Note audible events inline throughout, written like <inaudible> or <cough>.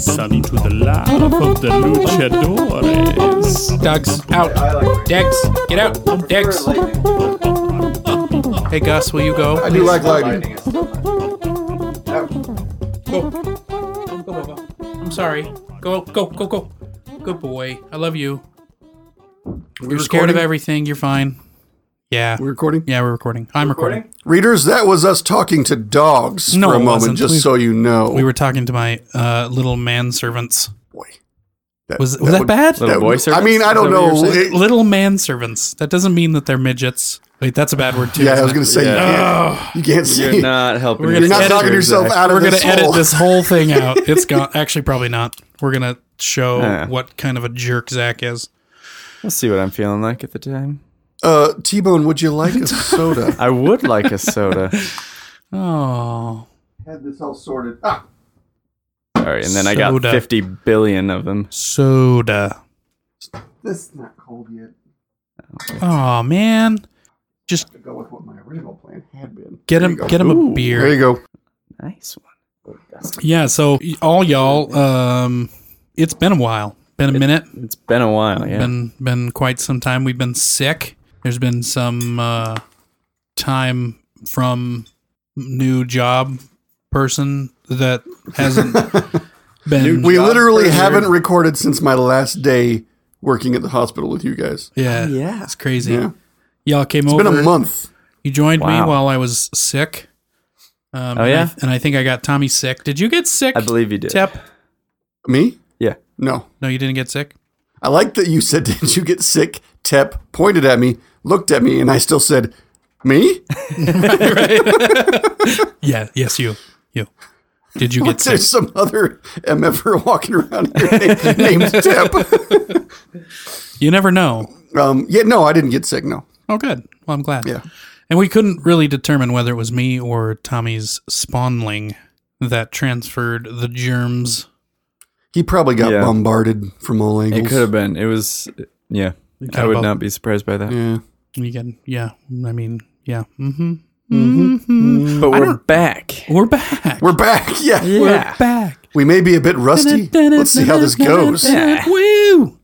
Listen to the laugh of the luchadores. Doug's out. Dex, get out. Dex. Hey Gus, will you go? I do like lighting. Go. Go, Bubba. I'm sorry. Go, go, go, go. Good boy. I love you. We're You're scared of everything. You're fine. Yeah. We're recording. Yeah, we're recording. I'm recording. Readers, that was us talking to dogs No, for it a moment, wasn't. just We- so you know. We were talking to my uh, little manservants. Boy, Was was that, would- bad? that Little boy would- I servants? mean, I Is don't that what know. you're saying? It- little manservants. That doesn't mean that they're midgets. Wait, that's a bad word too. yeah, I isn't was it? gonna say you Yeah. can't, you can't <laughs> say. You're not helping. We're gonna you're not edit- talking to yourself out of we're this gonna edit hole. this whole thing out. It's gone. Actually, probably not. We're gonna show Yeah. what kind of a jerk Zach is. Let's see what I'm feeling like at the time. <laughs> Uh, T-Bone, would you <laughs> like a soda? I would like a soda. Oh, had this all sorted. Ah, All right, and then I got Soda. 50 billion of them. soda. this is not cold yet. Oh man, just Go with what my original plan had been. get him, get him a beer. There you go. Nice one. Yeah. So y- all y'all, um, it's been a while. Been a minute. It's been a while, yeah. Been been quite some time. We've been sick. There's been some uh, time from new job person that <laughs> hasn't been. We literally haven't recorded since my last day working at the hospital with you guys. yeah, yeah. It's crazy. Yeah. Y'all came It's over. been a month. You joined me Wow. while I was sick. Um, and Oh, I- yeah? and I, think I got Tommy sick. Did you get sick? I believe you did. Tep. Me? Yeah. No. No, you didn't get sick. I like that you said, <laughs> Did you get sick? Tep pointed at me, looked at me, and I still said, Me? Yeah. Yes, you. You. Did <laughs> you get sick? There's some other MFer walking around here <laughs> named, named Tep. <laughs> You never know. Um, yeah, no, I didn't get sick, no. Oh, good. Well, I'm glad. Yeah. And we couldn't really determine whether it was me or Tommy's spawnling that transferred the germs. He probably got Yeah. bombarded from all It angles. could have been. It was, yeah. I would not be surprised by that. yeah. You get, yeah. I mean, yeah. Mm-hmm. But we're back. We're back. We're back. <laughs> Yeah. We're back. We may be a bit rusty. Let's see how this <laughs> goes. Yeah. Woo!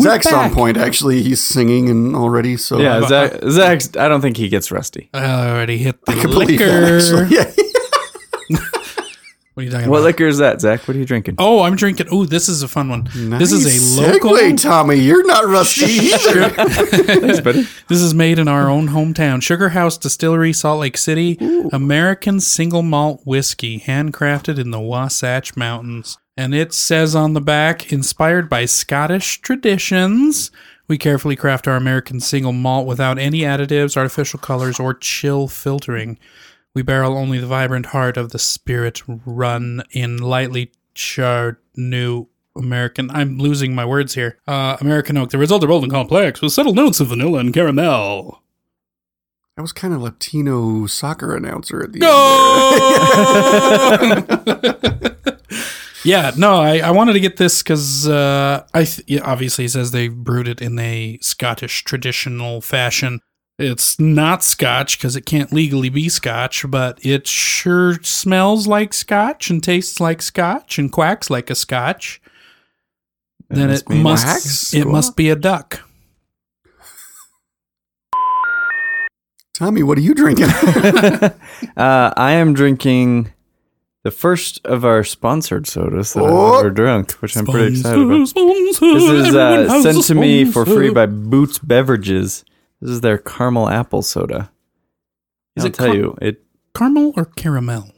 Zach's back. on point, actually. He's singing and already, so Yeah, but Zach, Zach, I don't think he gets rusty. I already hit the I can believe that, liquor. <laughs> actually. Yeah. What are you talking What about? liquor is that, Zach? What are you drinking? oh, I'm drinking. Oh, this is a fun one. <laughs> This is a Nice local. segue, Tommy. You're <laughs> not rusty either. <laughs> Thanks, buddy. This is made in our own hometown, Sugar House Distillery, Salt Lake City. American single malt whiskey, handcrafted in the Wasatch Mountains. And it says on the back, inspired by Scottish traditions, we carefully craft our American single malt without any additives, artificial colors, or chill filtering. We barrel only the vibrant heart of the spirit run in lightly charred new American. I'm losing my words here. Uh, American oak, the result of bold and complex with subtle notes of vanilla and caramel. I was kind of Latino soccer announcer at the Oh. <laughs> yeah, no, I, I wanted to get this because uh, I th- yeah, obviously it says they brewed it in a Scottish traditional fashion. It's not Scotch because it can't legally be Scotch, but it sure smells like Scotch and tastes like Scotch and quacks like a Scotch. Then it mean must quacks? it must be a duck. end. Tommy, what are you <laughs> drinking? Uh, I am drinking the first of our sponsored sodas that Oh. I've ever drunk, which I'm pretty <laughs> excited about. Sponsor, This is everyone uh, has a sent to me for sponsor. free by Boots Beverages. This is their caramel apple soda. Is I'll it tell car- you, it caramel or caramel.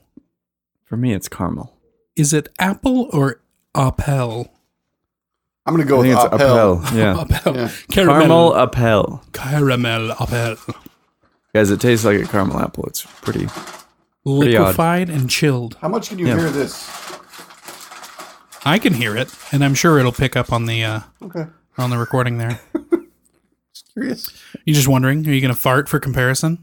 for me it's caramel. Is it apple or apple? I'm going to go I think with it's Appel. <laughs> apel. Yeah, Apple. Yeah. Caramel. caramel apel. Caramel apple. Guys, it tastes like a caramel apple. It's pretty. odd. Liquefied and chilled. How much can you Yeah. hear this? I can hear it, and I'm sure it'll pick up on the uh, Okay. on the recording there. Curious. You just wondering, are you going to fart for comparison?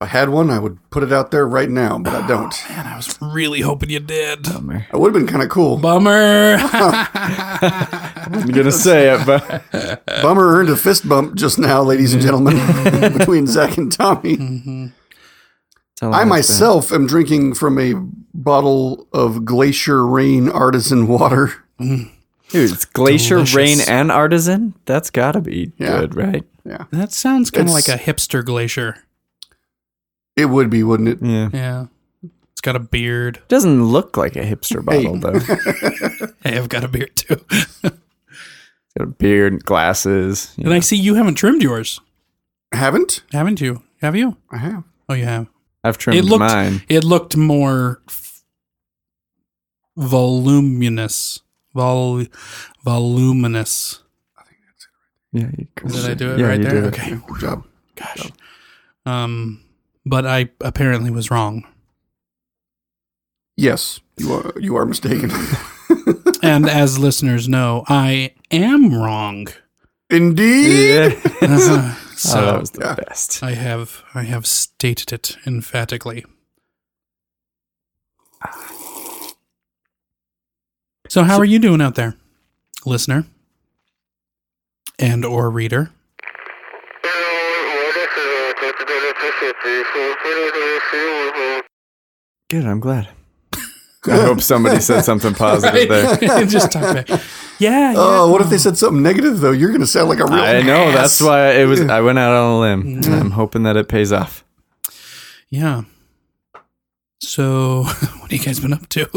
I had one, I would put it out there right now, but I don't. Man, I was really hoping you did. Bummer. It would have been kind of cool. Bummer. I'm <laughs> gonna say it, but Bummer earned a fist bump just now, ladies and gentlemen, <laughs> between Zach and Tommy. I myself am drinking from a bottle of Glacier Rain Artisan Water. dude, it's glacier Delicious. rain and artisan. That's gotta be Yeah. good, right? Yeah, <laughs> that sounds kind of It's- like a hipster glacier. it would be, wouldn't it? Yeah. Yeah. It's got a beard. Doesn't look like a hipster <laughs> bottle though. It's Hey, I've got a beard too. <laughs> got a beard, and glasses. you and I see you haven't trimmed yours, Haven't? haven't you? Have you? I have. Oh, you have. I've trimmed it looked mine. it looked more f- voluminous. Vol, voluminous. Yeah, you Did I do it Yeah, right you there? did it. Okay. Good job. Gosh. Um, but I apparently was wrong. Yes, you are. You are mistaken. <laughs> and as listeners know, I am <laughs> wrong. <laughs> Indeed. Yeah. Uh, so oh, that was the yeah. best. I have I have stated it emphatically. So how are you doing out there, listener? And or reader? Good. I'm glad. <laughs> I hope somebody said something positive there. Just talk back. Yeah, yeah. Oh, what if they said something negative though? You're going to sound like a real. I know. That's ass. why it was. I went out on a limb, and I'm hoping that it pays off. Yeah. So, <laughs> what have you guys been up <laughs> to?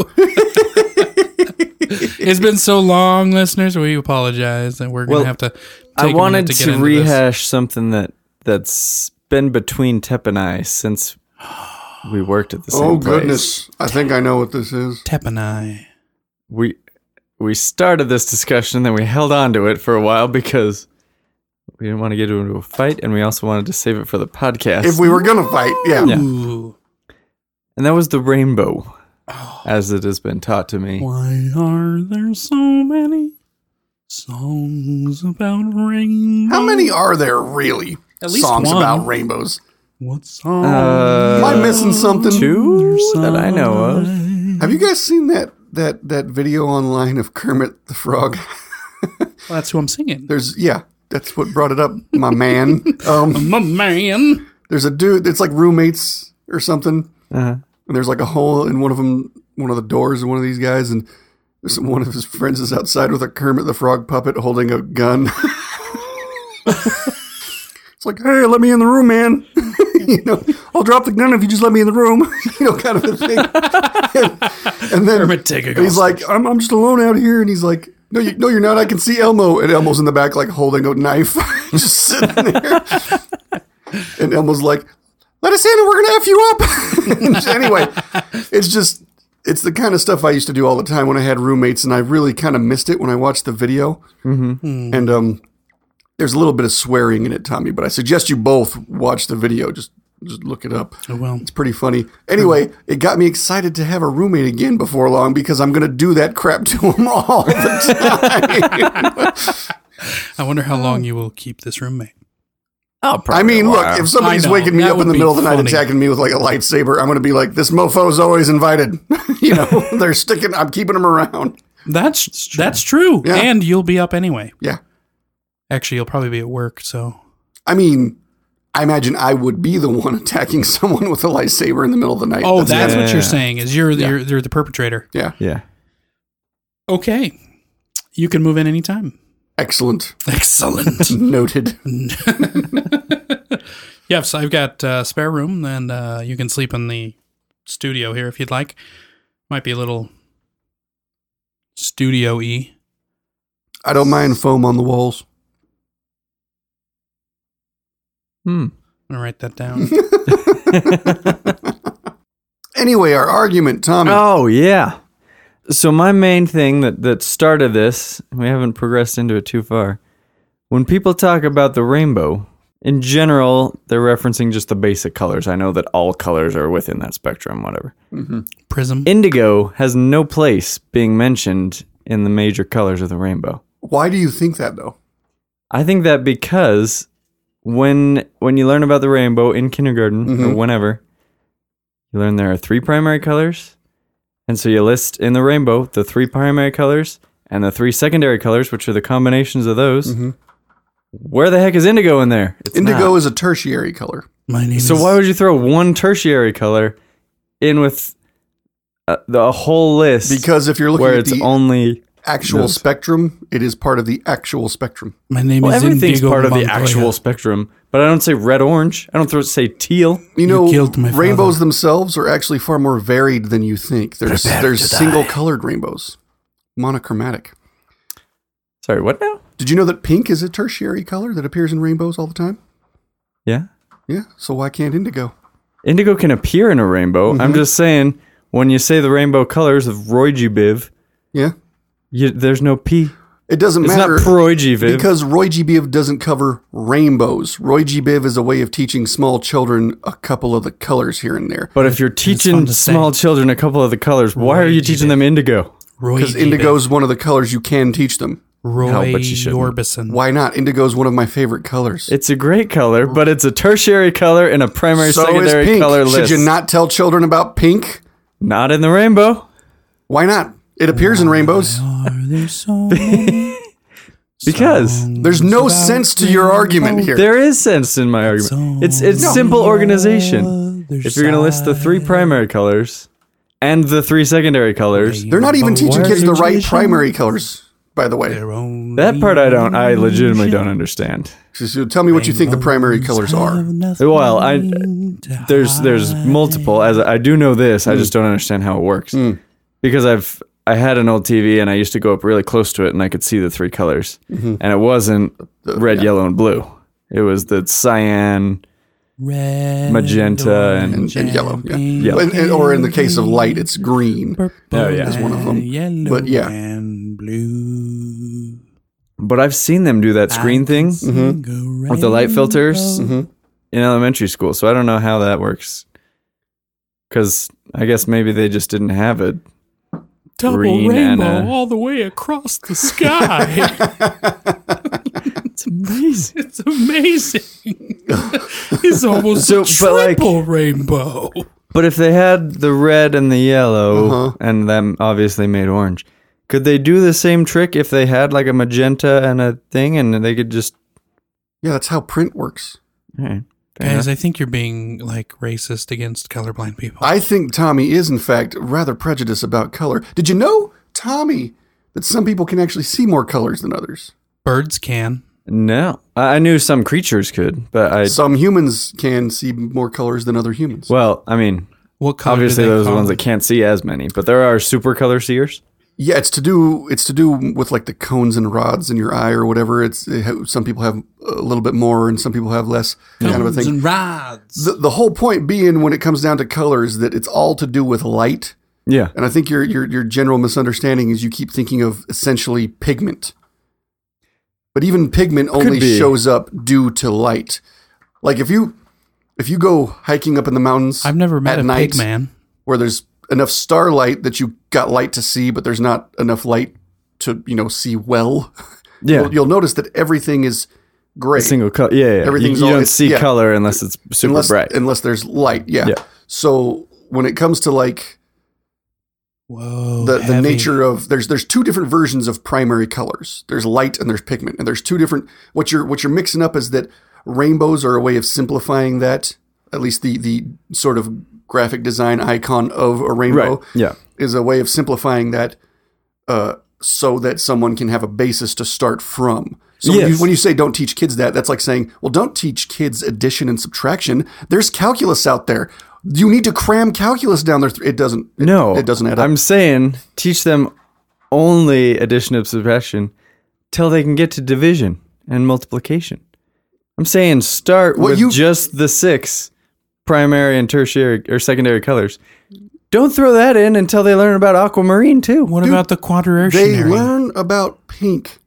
it's been so long, listeners. We apologize that we're gonna Well, have to. Take I a wanted minute to, get into this. rehash something that that's been between Tep and I since we worked at the same Oh place. goodness! I think I know what this is. Tep and I. We we started this discussion, then we held on to it for a while because we didn't want to get into a fight, and we also wanted to save it for the podcast. If we were going to fight, yeah. Yeah. Ooh, and that was the rainbow, Oh. as it has been taught to me. why are there so many songs about rain? How many are there really? At least songs one. about rainbows. What song? Uh, Am I missing something? Two that I know of. Have you guys seen that that that video online of Kermit the Frog? <laughs> Well, that's who I'm singing. There's yeah, that's what brought it up, my <laughs> man. Um, My man. there's a dude. It's like roommates or something. Uh-huh. and there's like a hole in one of them, one of the doors of one of these guys, and there's one of his friends is outside with a Kermit the Frog puppet holding a gun. <laughs> it's like, hey, let me in the room, man. <laughs> you know, I'll drop the gun if you just let me in the room. <laughs> you know, kind of a thing. <laughs> and, and then Kermit, take a and he's like, I'm, I'm just alone out here, and he's like. No, you, no, you're not. I can see Elmo, and Elmo's in the back, like holding a knife, <laughs> just sitting there. and Elmo's like, let us in and we're gonna f you up. <laughs> anyway, it's just it's the kind of stuff I used to do all the time when I had roommates, and I really kind of missed it when I watched the video. Mm-hmm. And um, there's a little bit of swearing in it, Tommy, but I suggest you both watch the video. Just just look it up. Oh, well. It's pretty funny. Anyway, Uh-huh. it got me excited to have a roommate again before long because I'm gonna do that crap to <laughs> them all the time. I wonder how long you will keep this roommate. Oh, I mean, look, if somebody's I know. waking me That up in would the be middle of the night funny. attacking me with like a lightsaber, I'm going to be like, this mofo's always invited. <laughs> you <laughs> know, they're sticking, I'm keeping them around. That's that's true. Yeah. And you'll be up anyway. Yeah. Actually, you'll probably be at work, so I mean, I imagine I would be the one attacking <laughs> someone with a lightsaber in the middle of the night. Oh, that's, Yeah. what you're saying is you're you're, you're the perpetrator. yeah. yeah. Okay. You can move in anytime. <laughs> Excellent. Excellent. <laughs> Noted. yes, I've got uh, spare room and uh, you can sleep in the studio here if you'd like. Might be a little studio y. I don't mind foam on the walls. Hmm. I'm gonna write that <laughs> down. Anyway, our argument, Tommy. Oh yeah. So my main thing that that started this, we haven't progressed into it too far. When people talk about the rainbow, in general, they're referencing just the basic colors. I know that all colors are within that spectrum, whatever. Prism. Indigo has no place being mentioned in the major colors of the rainbow. Why do you think that, though? I think that because when when you learn about the rainbow in kindergarten Mm-hmm. or whenever, you learn there are three primary colors, and so you list in the rainbow the three primary colors and the three secondary colors, which are the combinations of those. Mm-hmm. Where the heck is indigo in there? It's Indigo not. is a tertiary color. My name So is why would you throw one tertiary color in with uh, the whole list? Because if you're looking where at it's the only actual spectrum, it is part of the actual spectrum. my name well, is everything's Indigo Oh, part of the Montoya. actual spectrum. But I don't say red orange. I don't throw say teal. You know, killed my rainbows themselves are actually far more varied than you think. There's there's single colored rainbows, monochromatic. Sorry, what now? Did you know that pink is a tertiary color that appears in rainbows all the time? Yeah, Yeah, so why can't indigo? indigo can appear in a rainbow. Mm-hmm. I'm just saying when you say the rainbow colors of roijibiv, Yeah, you, there's no p. it doesn't It's matter not proijibiv. because Roy G. Biv doesn't cover rainbows. Roy G. Biv is a way of teaching small children a couple of the colors here and there. but if you're teaching to say. small children a couple of the colors, why are you teaching them indigo? Roy Because G. indigo is one of the colors you can teach them. Roy No, but you shouldn't. Orbison. Why not? Indigo is one of my favorite colors. It's a great color, but it's a tertiary color and a primary so secondary is pink. color list. Should you not tell children about pink? Not in <laughs> the rainbow Why not? It appears in rainbows. Are there so many because There's no sense to your argument here. there is sense in my argument. It's it's simple organization. other If you're going to list the three primary colors and the three secondary colors, They're not even teaching why kids are the you right teaching- primary colors, by the way. their own? that part I don't I legitimately don't understand. So tell me what you think the primary colors are. Well, I there's there's multiple as I do know this, I just don't understand how it works. Because I've I had an old TV and I used to go up really close to it and I could see the three colors. And it wasn't red, yellow and blue. It was the cyan, red, magenta and And, and yellow, yeah. Yellow. And- and- or in the case of light, it's green. Oh, yeah. is one of them. and Yellow But, yeah. and blue. But I've seen them do that screen thing Mm-hmm. with the light filters Mm-hmm. in elementary school. So I don't know how that works. Because I guess maybe they just didn't have it. Double Green and rainbow a- all the way across the <laughs> sky. It's amazing. it's <laughs> amazing. it's almost So, a but, like- triple rainbow. But if they had the red and the yellow, Uh-huh. and then obviously made orange, could they do the same trick if they had like a magenta and a thing and they could just. eh, Yeah, that's how print works. all right, fair Guys, enough. I think you're being like racist against colorblind people. I think Tommy is, in fact, rather prejudiced about color. Did you know, Tommy, that some people can actually see more colors than others? Birds can. No. I I knew some creatures could, but I. Some humans can see more colors than other humans. Well, I mean, What color? do obviously they those are the call ones them? that can't see as many, but there are super color seers. Yeah, it's to do it's to do with like the cones and rods in your eye or whatever. It's it, ha- some people have a little bit more and some people have less kind of a Cones thing. and rods. The, the whole point being when it comes down to colors that it's all to do with light. Yeah. And I think your your your general misunderstanding is you keep thinking of essentially pigment. But even pigment only be. shows up due to light. Like if you if you go hiking up in the mountains I've never met at a night, pig man. where there's enough starlight that you got light to see, but there's not enough light to you know see well. <laughs> Yeah. You'll, you'll notice that everything is gray single color. Yeah, yeah. Everything's Everything's you, all- don't it's- see yeah. color unless it's super unless bright. unless there's light. Yeah. Yeah. So when it comes to like Whoa. the, the heavy. nature of there's there's two different versions of primary colors. There's light and there's pigment, and there's two different. What you're what you're mixing up is that rainbows are a way of simplifying that. At least the the sort of graphic design icon of a right. rainbow. Yeah. is a way of simplifying that uh, so that someone can have a basis to start from. So when, you, Yes. when you say don't teach kids that, that's like saying, well, don't teach kids addition and subtraction. There's calculus out there. You need to cram calculus down there. It doesn't. It, No. it doesn't add up. I'm saying teach them only addition and subtraction till they can get to division and multiplication. I'm saying start Well, with you- just the six primary and tertiary or secondary colors. Don't throw that in until they learn about aquamarine too. What about the they quaternary? learn about pink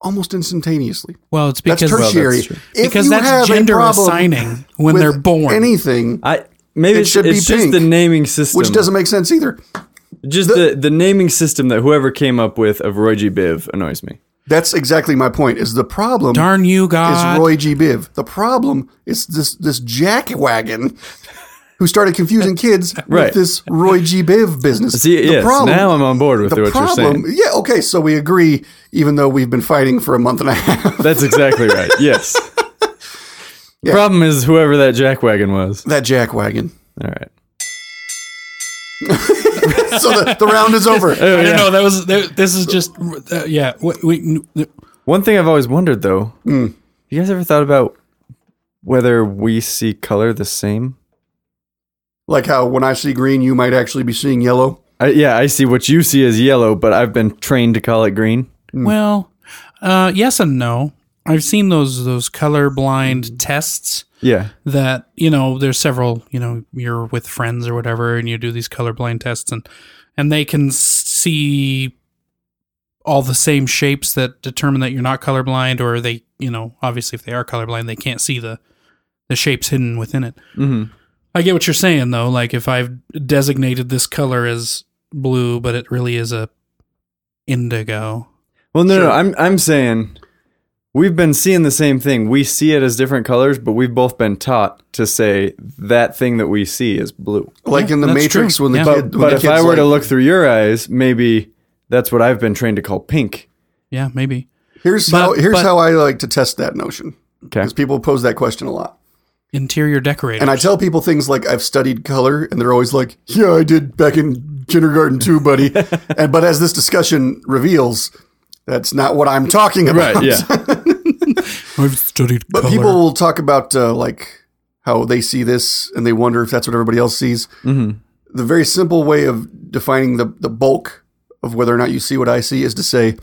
almost instantaneously. well, it's That's because tertiary. that's true. If because you have that's a gender problem assigning when with they're born. Anything, I maybe It it's, should be it's just pink, the naming system, which doesn't make sense either. just the, the naming system that whoever came up with of Roy G. Biv annoys me. That's exactly my point. Is the problem Darn you, God. is Roy G. Biv. The problem is this this jackwagon who started <laughs> confusing kids Right. with this Roy G. Biv business. See, the yes, now I'm on board with the what you're problem, saying. yeah, okay, so we agree, even though we've been fighting for a month and a half. <laughs> That's exactly right. <laughs> Yes. Yeah. Problem is whoever that jackwagon was. that jackwagon. All right. So the, the round is <laughs> over. Oh, I don't know. That was that, this is just uh, yeah. We, we, One thing I've always wondered though, you guys ever thought about whether we see color the same? Like how when I see green, you might actually be seeing yellow. I, yeah, I see what you see as yellow, but I've been trained to call it green. well, uh, yes and no. I've seen those those colorblind tests Yeah. that you know there's several you know you're with friends or whatever and you do these colorblind tests and and they can see all the same shapes that determine that you're not colorblind or they you know obviously if they are colorblind they can't see the the shapes hidden within it hmm i get what you're saying though like if i've designated this color as blue but it really is a indigo Well, no, no, I'm I'm saying we've been seeing the same thing. We see it as different colors, but we've both been taught to say that thing that we see is blue. Like Yeah, in the that's Matrix true. when the Yeah. kid. when But the if kid's I were to like, look through your eyes, maybe that's what I've been trained to call pink. yeah maybe here's But- how here's but- how I like to test that notion Okay. because people pose that question a lot. interior decorator And I tell people things like I've studied color, and they're always like, "Yeah, I did back in kindergarten too, <laughs> buddy." and but as this discussion reveals, that's not what I'm talking about. <laughs> Right. Yeah. i've studied But <laughs> people will talk about uh, like how they see this, and they wonder if that's what everybody else sees. Mm-hmm. The very simple way of defining the the bulk of whether or not you see what I see is to say,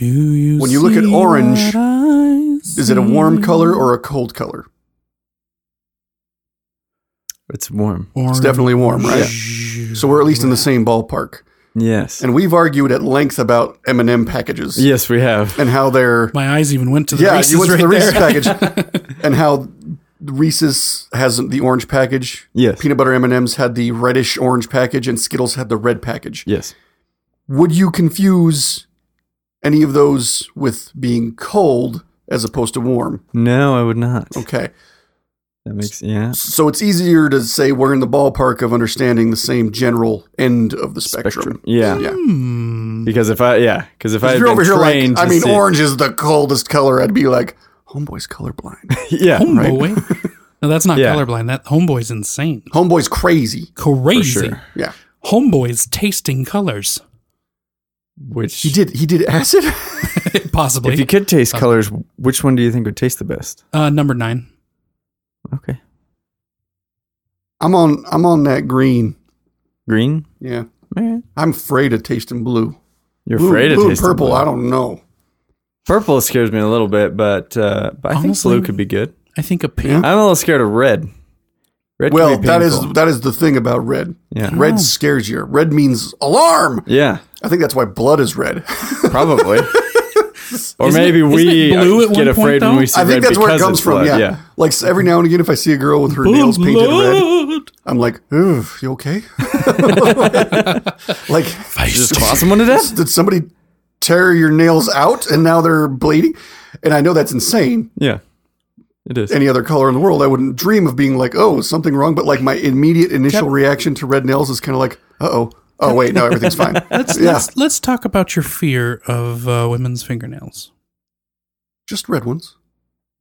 do you when you look at see orange, what I is it a warm color or a cold color? it's warm. It's definitely warm, right? Yeah. So we're at least in the same ballpark. Yes. And we've argued at length about M&M packages yes, we have. and how they're My eyes even went to the yeah, Reese's you went right to the there. Reese's package, <laughs> and how Reese's has the orange package. Yes. peanut butter M and M's had the reddish orange package, and Skittles had the red package. Yes. Would you confuse any of those with being cold as opposed to warm? No, I would not. Okay, That makes yeah. so it's easier to say we're in the ballpark of understanding the same general end of the spectrum. Yeah. Yeah. Hmm. Because if I yeah, because if I If had you're been over here like, trained I to mean, see- orange is the coldest color. I'd be like, homeboy's <laughs> colorblind. <laughs> yeah, right, <laughs> Homeboy. no, that's not Yeah. colorblind. That homeboy's insane. homeboy's crazy. for Crazy. sure. Yeah, Homeboy's tasting colors. <laughs> Which he did. He did <laughs> acid. Possibly. If you could taste colors, which one do you think would taste the best? uh, number nine. Okay. I'm on. I'm on that green. Green? Yeah. Alright. I'm afraid of tasting blue. You're Blue, afraid of blue and tasting purple. blue. I don't know. Purple scares me a little bit, but uh, but I think Honestly- blue could be good. I think a pink. Yeah. I'm a little scared of red. Red. could Well, be that is painful. that is the thing about red. Yeah. Red Oh. scares you. Red means alarm. yeah, I think that's why blood is <laughs> red. <laughs> probably. or Isn't it- maybe isn't we it blue uh, at one get point, afraid when though? we see I red think that's where it because comes it's from. blood. Yeah. Like s- every now and again, if I see a girl with her nails painted red, Blood. I'm like, "Ugh, you <laughs> okay?" <laughs> like, Just <laughs> claw someone to death. did somebody tear your nails out and now they're bleeding? And I know that's insane. Yeah, it is. any other color in the world, I wouldn't dream of being like, oh, is something wrong. But like my immediate initial reaction to red nails is kind of like, uh oh, oh wait, no, <laughs> everything's fine. <laughs> Let's, yeah, let's, let's talk about your fear of uh, women's fingernails. just red ones,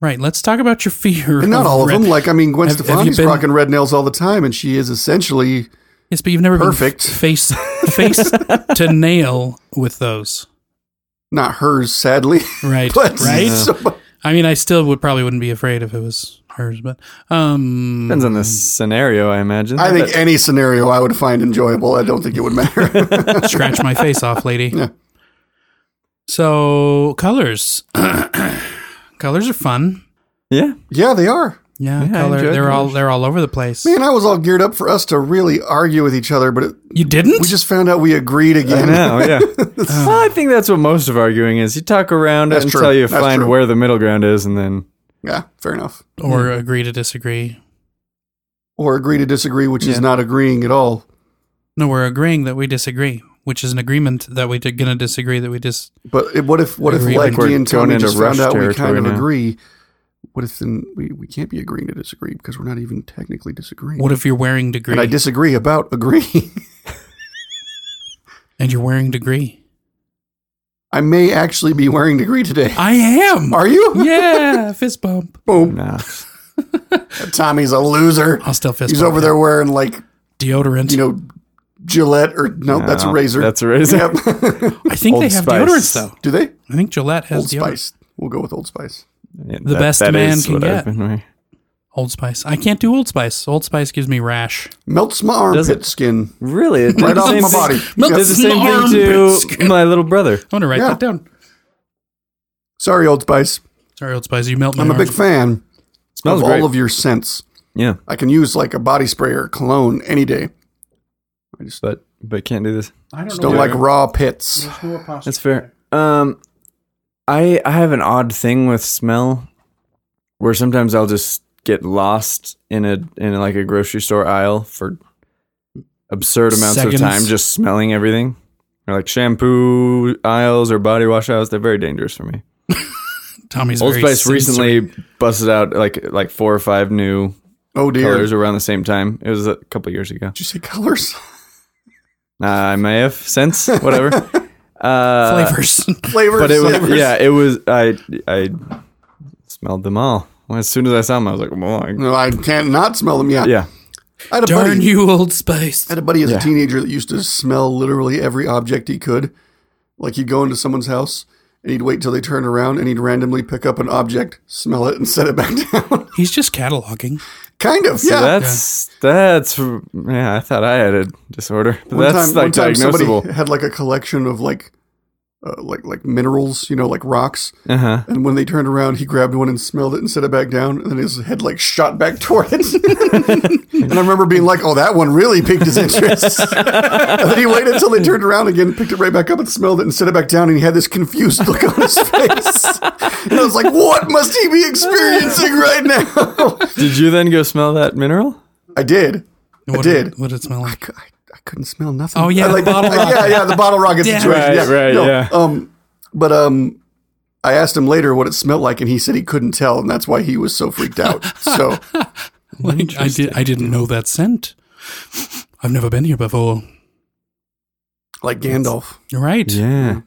Right. Let's talk about your fear. and not all of red- them. Like I mean, Gwen Have- have Stefani's you been- rocking red nails all the time, and she is essentially Yes, but you've never Perfect. been f- face <laughs> face to nail with those. not hers, sadly. Right. <laughs> but right. so- I mean, I still would probably wouldn't be afraid if it was hers, but um, Depends on the scenario, I imagine. I think bet- any scenario I would find enjoyable. I don't think it would matter. <laughs> scratch my face off, lady. Yeah. So colors, <clears throat> colors are fun. yeah, yeah, they are. Yeah, Yeah, I color. enjoy They're all colors. they're all over the place. Man, I was all geared up for us to really argue with each other, but it, You didn't? we just found out we agreed I again. know, yeah. well, I think that's what most of arguing is. You talk around it That's until true. you That's find true. where the middle ground is, and then <laughs> Yeah, fair enough. or agree to disagree. Or agree to disagree, which is not agreeing at all. No, we're agreeing that we disagree. which is an agreement that we're going to disagree that we just But it, what if what if Agreed. like We're me and going Tony into just found rush out we kind territory of now. agree? What if then we, we can't be agreeing to disagree because we're not even technically disagreeing? what if you're wearing degree and I disagree about agreeing. <laughs> and you're wearing degree? I may actually be wearing degree today. I am. Are you? yeah, fist bump. Boom. Nah. <laughs> Tommy's a loser. I'll still fist He's bump. over there wearing like Deodorant. you know Gillette or no, that's a No, razor. That's a razor. Yep. I think Old they have Spice. deodorants though. <laughs> Do they? I think Gillette has Old deodorant. Spice. We'll go with Old Spice. Yeah, The best a man is can what I've get. been wearing. Old Spice. I can't do Old Spice. Old Spice gives me rash. Melts my Does armpit skin. Really? It did Right the off same my thing- body. Melts- Did the Yes. same thing to my little brother. I'm gonna write Yeah. that down. Sorry, Old Spice. Sorry, Old Spice. You melt my. I'm a arm. big fan Smells of great. all of your scents. yeah, I can use like a body spray or cologne any day. I just but but can't do this. I just don't like raw pits. That's fair. Um, I I have an odd thing with smell, where sometimes I'll just get lost in a in like a grocery store aisle for absurd amounts Seconds. of time, just smelling everything. Or like shampoo aisles or body wash aisles, they're very dangerous for me. Tommy's Old very Spice sensory. recently busted out like like four or five new Oh dear. colors around the same time. It was a couple years ago. Did you say colors? <laughs> I may <laughs> have since whatever. Uh, <laughs> flavors. <laughs> Flavors. but it was flavors. yeah, it was I I smelled them all. Well, as soon as I saw them, I was like, well, I- No, I can't not smell them. Yeah. yeah, I had a Darn buddy. you, Old Spice. I had a buddy as a teenager that used to smell literally every object he could. Like he'd go into someone's house and he'd wait till they turned around and he'd randomly pick up an object, smell it, and set it back <laughs> down. He's just cataloging. kind of. So yeah. that's that's yeah. I thought I had a disorder, but one that's time, one like time somebody <laughs> diagnosable. had like a collection of like, uh, like like minerals, you know, like rocks. Uh huh. And when they turned around, he grabbed one and smelled it and set it back down, and then his head like shot back toward it. <laughs> and I remember being like, "Oh, that one really piqued his interest." and then he waited until they turned around again, picked it right back up, and smelled it, and set it back down. And he had this confused look on his face. <laughs> and I was like, "What must he be experiencing right now?" <laughs> Did you then go smell that mineral? I did. What I did. What did it smell like? I, I couldn't smell nothing. Oh, <laughs> yeah, I the bottle Yeah, rocket. yeah, the bottle rocket Damn. situation. Right, yeah. right, yeah. Um, but um, I asked him later what it smelled like, and he said he couldn't tell, and that's why he was so freaked out. <laughs> So Like, I did. I didn't know that scent. I've never been here before. like Gandalf, You're right. Yeah.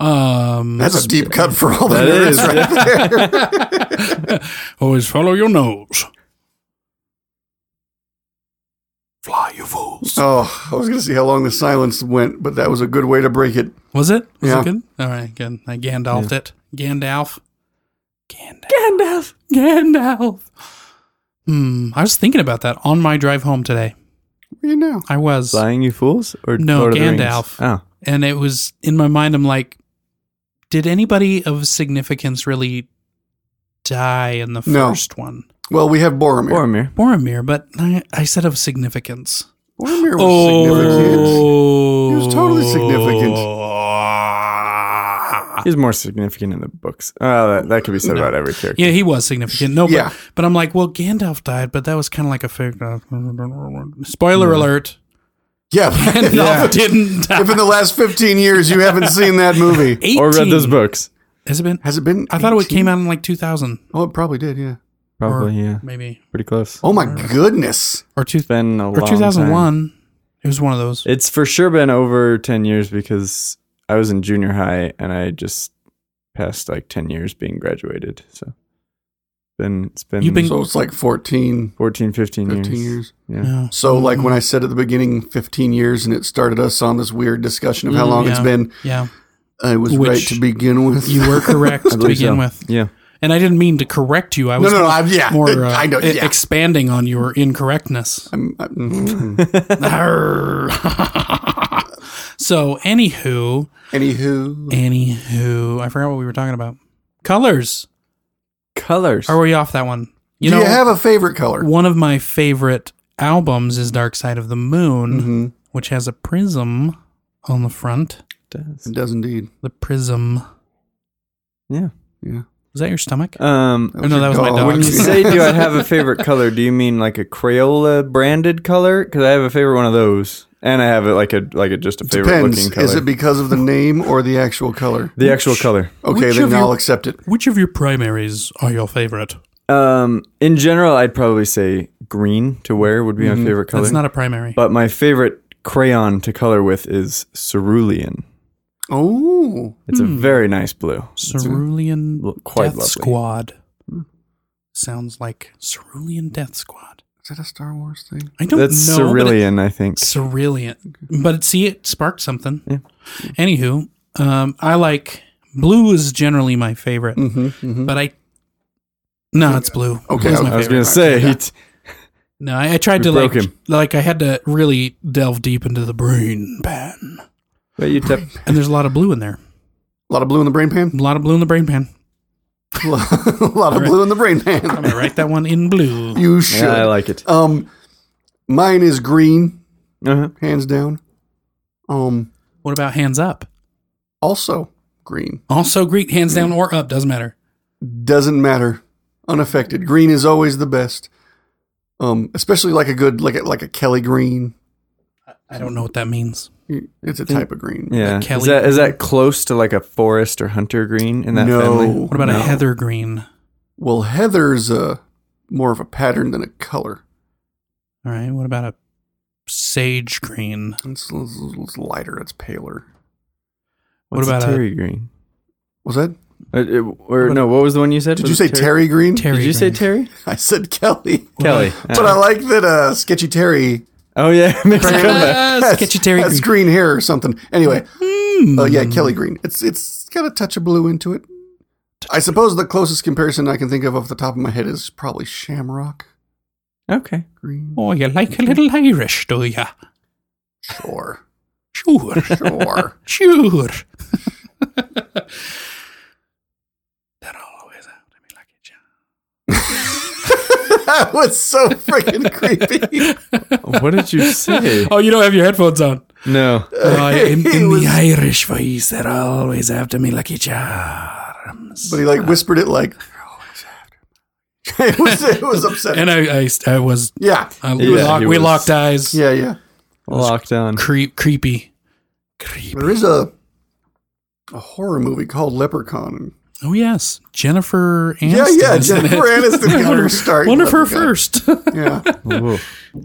Um, that's a deep cut for all that there That is. Right is, there. always follow your nose. Fly, you fools. Oh, I was gonna see how long the silence went, but that was a good way to break it. Was it? Was Yeah. it good? All right, good. I Gandalfed it. Gandalf. Gandalf. Gandalf. Gandalf. Hmm. I was thinking about that on my drive home today. You know, I was. Lying, you fools, or No, Lord of the Rings? Gandalf. Oh, and it was in my mind i'm like did anybody of significance really die in the No. first one well, we have Boromir. Boromir. boromir but i, I said of significance Boromir was Oh. significant. He was totally significant. Ah. He's more significant in the books. Oh, that, that could be said about every character. yeah he was significant no Yeah. but, but i'm like well gandalf died but that was kind of like a fake uh, spoiler alert <laughs> Yeah. gandalf didn't die <laughs> if in the last fifteen years you haven't seen <laughs> that movie, 18. Or read those books. has it been has it been? i thought it 18? came out in like 2000 Oh, it probably did. Yeah. or Probably, yeah. maybe Pretty close. Oh my goodness. or two, It's been a or long 2001 it was one of those It's for sure been over 10 years because I was in junior high and I just passed like 10 years being graduated. So then it's been You've been- So it's like 14, 14, 15, 15 years. years. Yeah. Yeah. So, like when I said at the beginning, 15 years, and it started us on this weird discussion of how long it's Mm, yeah. been, Yeah, I was Which right to begin with. you were <laughs> correct to believe begin so. with, Yeah. and I didn't mean to correct you. I <laughs> no, was no, no. I'm, yeah. more uh, uh, <laughs> I know. e- Yeah. Uh, mm-hmm. expanding on your incorrectness. I'm, I'm, Arr. <laughs> so, anywho, anywho, anywho, I forgot what we were talking about. Colors. Colors. Are we off that one? You do know, you have a favorite color? one of my favorite albums is Dark Side of the Moon, Mm-hmm. which has a prism on the front. Does. It does indeed. The prism. Yeah. Yeah. Was that your stomach? Uh, Um, oh, no, that was my Oh, dog. when <laughs> When you say do I have a favorite color, do you mean like a Crayola branded color? Because I have a favorite one of those, and I have it like a like a just a favorite Depends. looking color. Is it because of the name or the <laughs> actual color? the actual color? Okay, Which of then your- I'll accept it. Which of your primaries are your favorite? Um, in general, I'd probably say green to wear would be my favorite color. That's not a primary. but my favorite crayon to color with is cerulean. Oh, It's Hmm. a very nice blue. Cerulean Look quite Death lovely. Squad. Hmm. Sounds like Cerulean Death Squad. is that a Star Wars thing? I don't That's know. but it- cerulean, I think. Cerulean. But see, it sparked something. Anywho, um, I like blue is generally my favorite, but I no, it's blue. Okay, Blue's my I was favorite. gonna say he t- no. I, I tried to We like broke him. like I had to really delve deep into the brain pan, but <laughs> you tap- and there's a lot of blue in there. A lot of blue in the brain A pan. <laughs> lot of blue in the brain pan. a lot of blue in the brain pan. I'm gonna write that one in blue. You should. Yeah, I like it. um, mine is green, Uh-huh. hands down. Um, What about hands up? also green. Also, greet hands down or up doesn't matter. doesn't matter unaffected green is always the best um especially like a good like a like a kelly green I don't know what that means. it's a type of green Yeah, Kelly is that is that close to like a forest or hunter green in that No. family? What about a heather green? well heather's uh more of a pattern than a color All right. What about a sage green? it's, it's, it's lighter it's paler What What's about a- a terry green? was that Uh, it- or no, what was the one you said? did Was you it say terry, green Terry Did you say green. Terry? <laughs> i said kelly Kelly. but i like that uh sketchy terry oh yeah, <laughs> makes <laughs> a comeback. Uh, sketchy Terry that's green. Hmm. green hair or something anyway oh yeah kelly green it's it's got a touch of blue into it i suppose the closest comparison i can think of off the top of my head is probably shamrock Okay. green Oh, you like a little Irish, do ya? Sure. Sure, <laughs> Sure. sure. that always out. I mean, like a jam. that was so freaking creepy. What did you say? <laughs> Oh, you don't have your headphones <laughs> on. no. Uh, in in the Irish voice, they're always after me like a charms. But he like whispered it like, <laughs> it was, it was upsetting. And I, I, I was, Yeah. I, Yeah, we, locked, he we was- locked eyes. Yeah, yeah. Locked on. Creep, creepy. Creep. There is a a horror movie called Leprechaun. Oh, yes. Jennifer Aniston. Yeah, yeah. isn't it? Jennifer <laughs> Aniston got her start. in One of her Leprechaun. first. <laughs> Yeah. Ooh.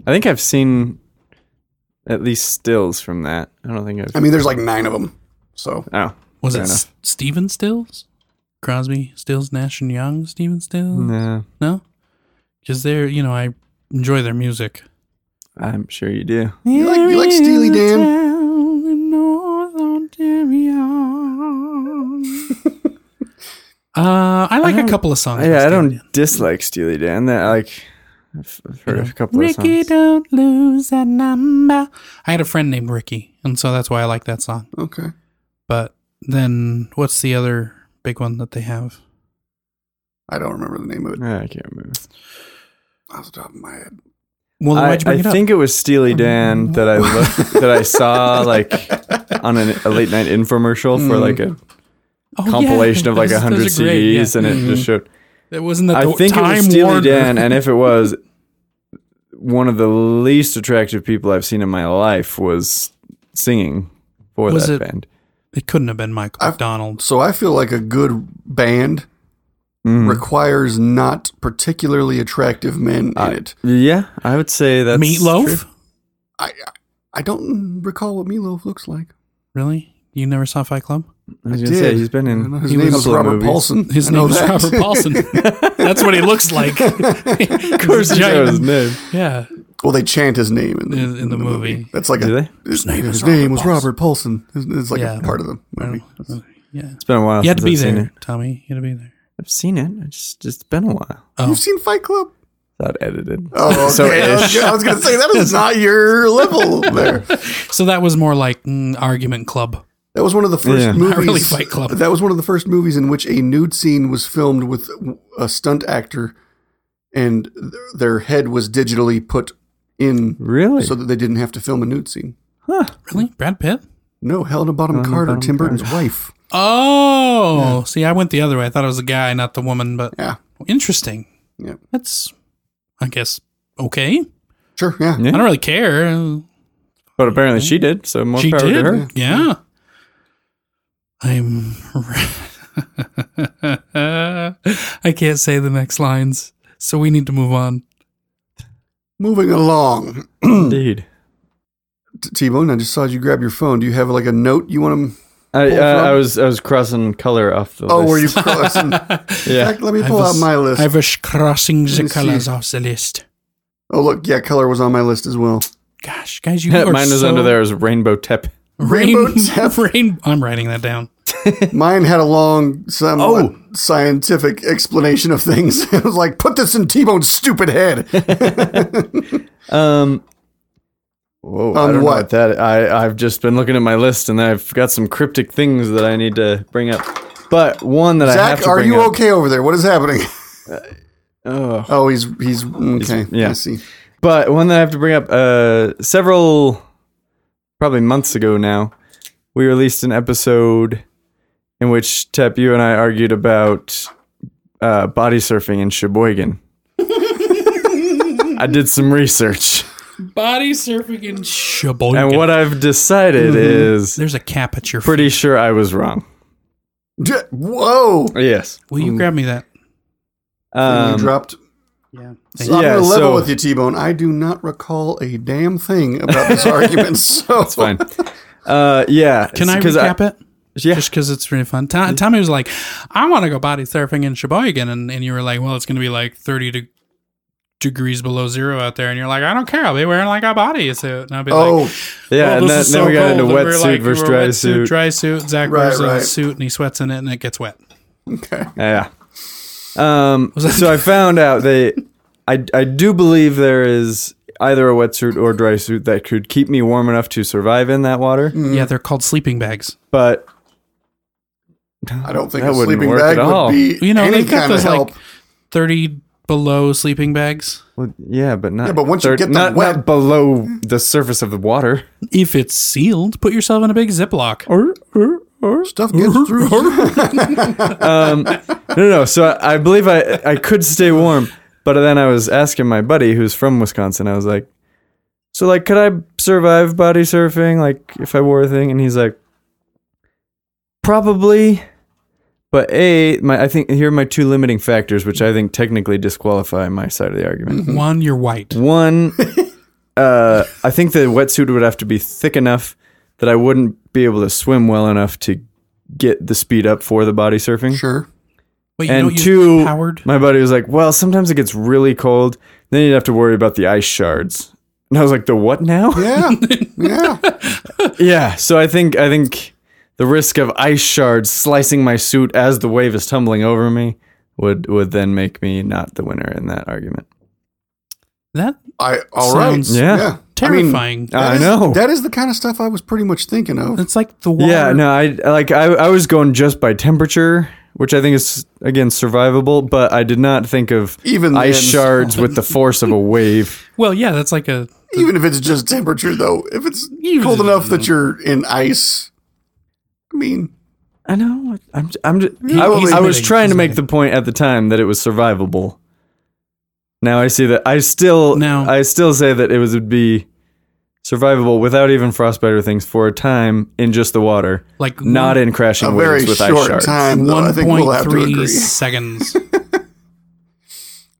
I think I've seen at least stills from that. I don't think I I've. mean, there's like nine of them. So Oh, Was Fair it enough. S- Steven Stills? Crosby, Stills, Nash and Young, Steven Stills? no. No? Because they're, you know, I enjoy their music. I'm sure you do. you like, you like Steely Dan? <laughs> Uh, I like a couple of songs. by Yeah, I Steely don't Dan. dislike Steely Dan. That like I've I've heard a couple of Ricky, songs. don't lose that number. I had a friend named Ricky, and so that's why I like that song. Okay. But then, what's the other big one that they have? I don't remember the name of it Ah, I can't remember. off the top of my head. Well, then I, why'd you bring I it up? think it was Steely Dan that I looked, that I saw like on an, a late night infomercial for like a <laughs> Oh, yeah, compilation of like those- a hundred those are great, yeah. Mm-hmm. CDs, and it just showed. It wasn't that I the think it time was Steely Warner. <laughs> Dan, and if it was, one of the least attractive people I've seen in my life was singing for Was that it- band. It couldn't have been Michael I've- McDonald. So I feel like a good band requires not particularly attractive men in it. Yeah, I would say that's Meatloaf? true. I I- I don't recall what Meatloaf looks like. Really? You never saw Fight Club? I was gonna say did. he's been I in. know his a name is couple of Robert movies. Paulson. His I know name is that. Robert <laughs> Paulson. That's what he looks like. of course, <laughs> I know his giant. name. Yeah. Well, they chant his name in the, In- in the movie. That's like Do a, they? His name, is his Robert name was Paulson. Robert Paulson. It's, it's like Yeah. a part of the movie. Yeah. It's been a while. You had to since be I've seen there, it. Tommy. You had to be there. I've seen it. It's just it's been a while. Oh. You've seen Fight Club? Not edited. Oh, okay. So I was gonna- I was going to say that is not your level there. So that was more like mm, Argument Club. That was one of the first Yeah. Not <laughs> movies. really Fight Club. That was one of the first movies in which a nude scene was filmed with a stunt actor, and th- their head was digitally put in Really? so that they didn't have to film a nude scene. Really? Brad Pitt? No, Helena Bottom Helena Carter, Bonham Tim Burton's Carter. wife. Oh, see, I went the other way. I thought it was a guy, not the woman, but Yeah. interesting. Yeah. That's, I guess, okay. Sure. Yeah. Yeah. I don't really care. But apparently she did, so more she power to did. her. Yeah. I'm. <laughs> I can't say the next lines, so we need to move on. Moving along. Hmm. Indeed. T Bone, I just saw you grab your phone. Do you have like a note you want to? I, Pull uh, from? I was I was crossing color off the Oh, list. were you <laughs> crossing? In Yeah. fact, let me I pull was- out my list. I was crossing Let the me see. colors off the list. oh, look. Yeah, color was on my list as well. Gosh, guys, <laughs> you are Mine was so under there as rainbow tip. Rain, Rainbow <laughs> tap. rain, I'm writing that down. Mine had a long, somewhat Oh. scientific explanation of things. <laughs> it was like, put this in T Bone's stupid head. Um. Whoa, I On don't know what? what that I I've just been looking at my list and I've got some cryptic things that I need to bring up. But one that <laughs> I have Zach, to are bring you up- Uh, okay over there? What is happening? <laughs> Ugh. Oh, he's he's okay. yeah. I see. But one that I have to bring up. Uh, several, probably months ago now, we released an episode in which Tep, you and I argued about uh, body surfing <laughs> in Sheboygan. I did some research, Body surfing in Sheboygan. and what I've decided is There's a cap at your foot. pretty sure I was wrong. D- Whoa! Yes. Will Mm. you grab me that? you Um, dropped. Yeah. So I'm Yeah, gonna level so- with you, T Bone. I do not recall a damn thing about this argument. <laughs> So it's fine. <laughs> Uh, yeah. Can I recap it? Yeah. Just because it's really fun. Tom, Tommy was like, I want to go body surfing in Sheboygan. And, and you were like, well, it's going to be like 30 de- degrees below zero out there. And you're like, I don't care. I'll be wearing like a body suit. And I'll be Oh, like, Yeah, well, and this then, is then so we got into cold. And we were wetsuit like, we versus were dry wetsuit, suit. Dry suit. Zach Right, wears a right. suit and he sweats in it and it gets wet. Mm-hmm. okay. Yeah. <laughs> Um, so I found out they, I, I do believe there is either a wetsuit or dry suit that could keep me warm enough to survive in that water, Hmm. Yeah, they're called sleeping bags. but I don't think That a wouldn't sleeping work bag at all. would be You know, any they've got kind of those help. like 30 below sleeping bags. well, yeah, but not. Yeah, but once you they're get them not, wet- not below the surface of the water. If it's sealed, put yourself in a big Ziploc. Stuff gets through. <laughs> No, no. So I, I believe I I could stay warm, but then I was asking my buddy who's from Wisconsin. I was like, so like, could I survive body surfing? Like, if I wore a thing, and he's like, probably. But a, my I think here are my two limiting factors, which I think technically disqualify my side of the argument. One, you're white. One, uh, I think the wetsuit would have to be thick enough that I wouldn't be able to swim well enough to get the speed up for the body surfing. Sure. Wait, you And don't use two, Howard? my buddy was like, "Well, sometimes it gets really cold. Then you'd have to worry about the ice shards." And I was like, "The what now?" <laughs> Yeah. Yeah. <laughs> yeah. So I think I think the risk of ice shards slicing my suit as the wave is tumbling over me would would then make me not the winner in that argument. That I all right. Sounds Yeah. I mean, terrifying. that I is- know. That is the kind of stuff I was pretty much thinking of. It's like the water. Yeah. No. I like I I was going just by temperature, which I think is again survivable, but I did not think of Even ice then- shards with the force of a wave. Well, yeah, that's like a. Even if it's just temperature, though, if it's Even- cold enough that you're in ice, I mean, I know. I'm. I'm just. He- I, he's I was admitting, trying he's to make admitting. the point at the time that it was survivable. Now I see that. I still. Now- I still say that it was would be survivable without even frostbite or things for a time in just the water, Like not in crashing a very waves with ice short shards. time. Though, I think we'll have to 1.3 <laughs> agree. seconds.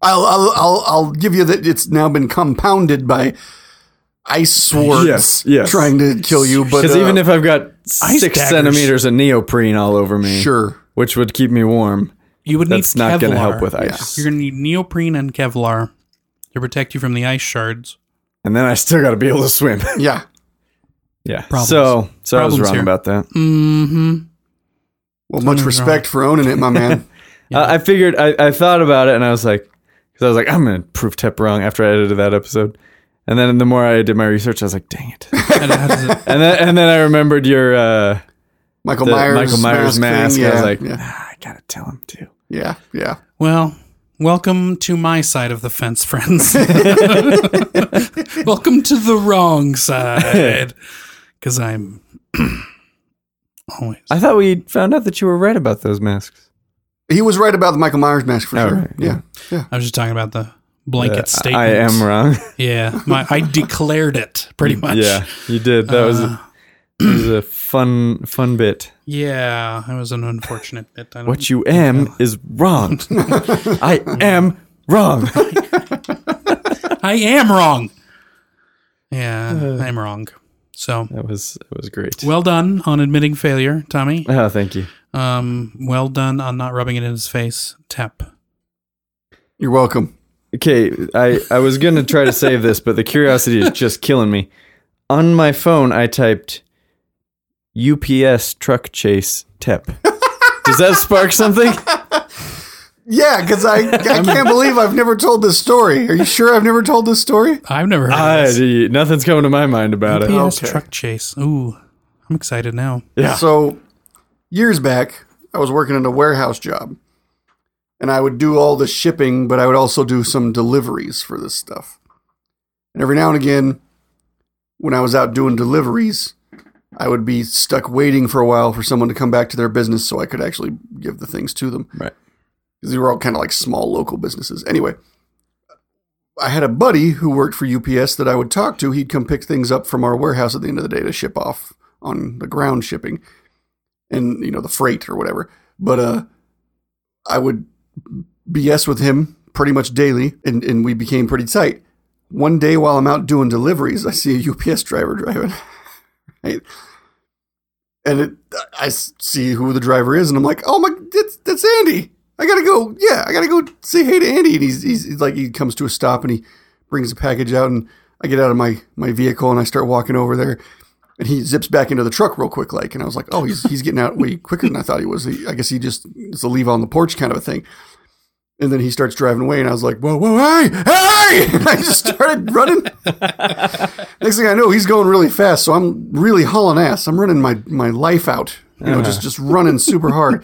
I'll, I'll, I'll, I'll give you that it's now been compounded by ice swords Yes, yes. trying to kill you. But Because uh, even if I've got Ice six daggers. centimeters of neoprene all over me, sure, which would keep me warm, You would need that's not going Kevlar. to help with ice. You're going to need neoprene and Kevlar to protect you from the ice shards. And then I still got to be able <laughs> to swim. yeah, yeah. Problems. So, so I Problems was wrong here. about that. Mm-hmm. well, much respect for owning it, my <laughs> man. I I figured, I, I thought about it and I was like, because I was like, I'm going to prove Tep wrong after I edited that episode. And then the more I did my research, I was like, <laughs> dang it. And how does it, And then, and then I remembered your uh, Michael the Myers, Michael Myers mask. thing, I yeah, was like, yeah, "Ah, I got to tell him too. yeah, yeah. well, welcome to my side of the fence, <laughs> friends. <laughs> welcome to the wrong side. Because I'm Always. I thought we found out that you were right about those masks. He was right about the Michael Myers mask for Oh, sure. right, Yeah. yeah. I was just talking about the blanket Uh, statement. I <laughs> am wrong. Yeah, my I declared it <laughs> pretty much. yeah, you did. That was, Uh. a, it was a fun fun bit. yeah. It was an unfortunate bit. I don't- What you am is <laughs> wrong. I am wrong. I am wrong. Yeah, I'm wrong. So That was that was great. well done on admitting failure, Tommy. oh, thank you. Um, well done on not rubbing it in his face, Tep. You're welcome. Okay, I, I was gonna try to save this, but the curiosity is just killing me. On my phone, I typed UPS truck chase tep. Does that spark <laughs> something? Yeah, because <laughs> I, I can't believe I've never told this story. Are you sure I've never told this story? I've never heard I, of this. nothing's coming to my mind about it. PS okay. truck chase. Ooh, I'm excited now. Yeah. So years back, I was working in a warehouse job, and I would do all the shipping, but I would also do some deliveries for this stuff. And every now and again, when I was out doing deliveries, I would be stuck waiting for a while for someone to come back to their business so I could actually give the things to them. Right. Because they were all kind of like small local businesses. Anyway, I had a buddy who worked for UPS that I would talk to. He'd come pick things up from our warehouse at the end of the day to ship off on the ground shipping and, you know, the freight or whatever. But uh, I would BS with him pretty much daily and, and we became pretty tight. One day while I'm out doing deliveries, I see a UPS driver driving. right? And it, I s- see who the driver is, and I'm like, oh my, that's, that's Andy. I gotta go. Yeah, I gotta go say hey to Andy. And he's, he's, he's like, he comes to a stop and he brings a package out, and I get out of my, my vehicle and I start walking over there. And he zips back into the truck real quick, like, and I was like, oh, he's, he's getting out way quicker than I thought he was. He, I guess he just, it's a leave on the porch kind of a thing. And then he starts driving away, and I was like, whoa, whoa, hey, hey! <laughs> And I just started running. Next thing I know, he's going really fast, so I'm really hauling ass. I'm running my, my life out, you know, Uh-huh. just just running super <laughs> hard.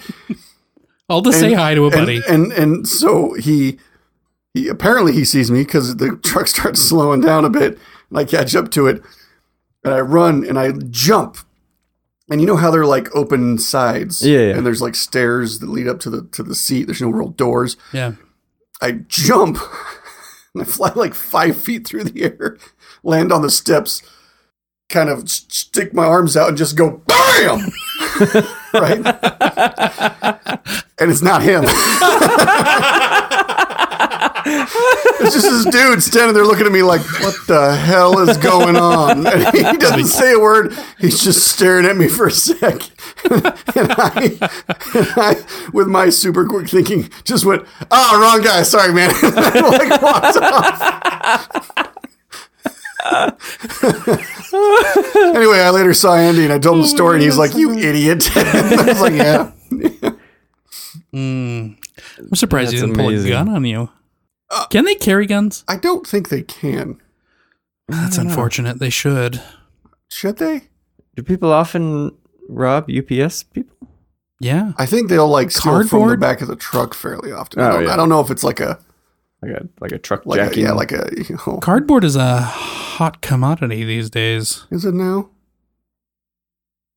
I'll just say hi to a and, buddy. And and so he he apparently he sees me because the <laughs> truck starts slowing down a bit, and I catch up to it, and I run and I jump, and you know how they're like open sides, Yeah, yeah. and there's like stairs that lead up to the to the seat. There's no real doors. yeah. I jump <laughs> and I fly like five feet through the air, land on the steps, kind of s- stick my arms out and just go BAM! <laughs> right? and it's not him. <laughs> it's just this dude standing there looking at me like, what the hell is going on? And he doesn't say a word. He's just staring at me for a sec. and, I, and I, <laughs> with my super quick thinking, just went, oh, wrong guy. Sorry, man. <laughs> and I, like, walked off. <laughs> anyway, I later saw Andy and I told him the story and he's like, you idiot. <laughs> and I was like, yeah. Mm. I'm surprised you That's didn't amazing. pull a gun on you. Uh. Can they carry guns? I don't think they can. That's unfortunate. They should. Should they? Do people often rob UPS people? Yeah. I think they'll like steal from the Cardboard? back of the truck fairly often. I, Oh, don't, yeah. I don't know if it's like a Like a like a truck like a, jacking. yeah like a you know, Cardboard is a hot commodity these days. is it now?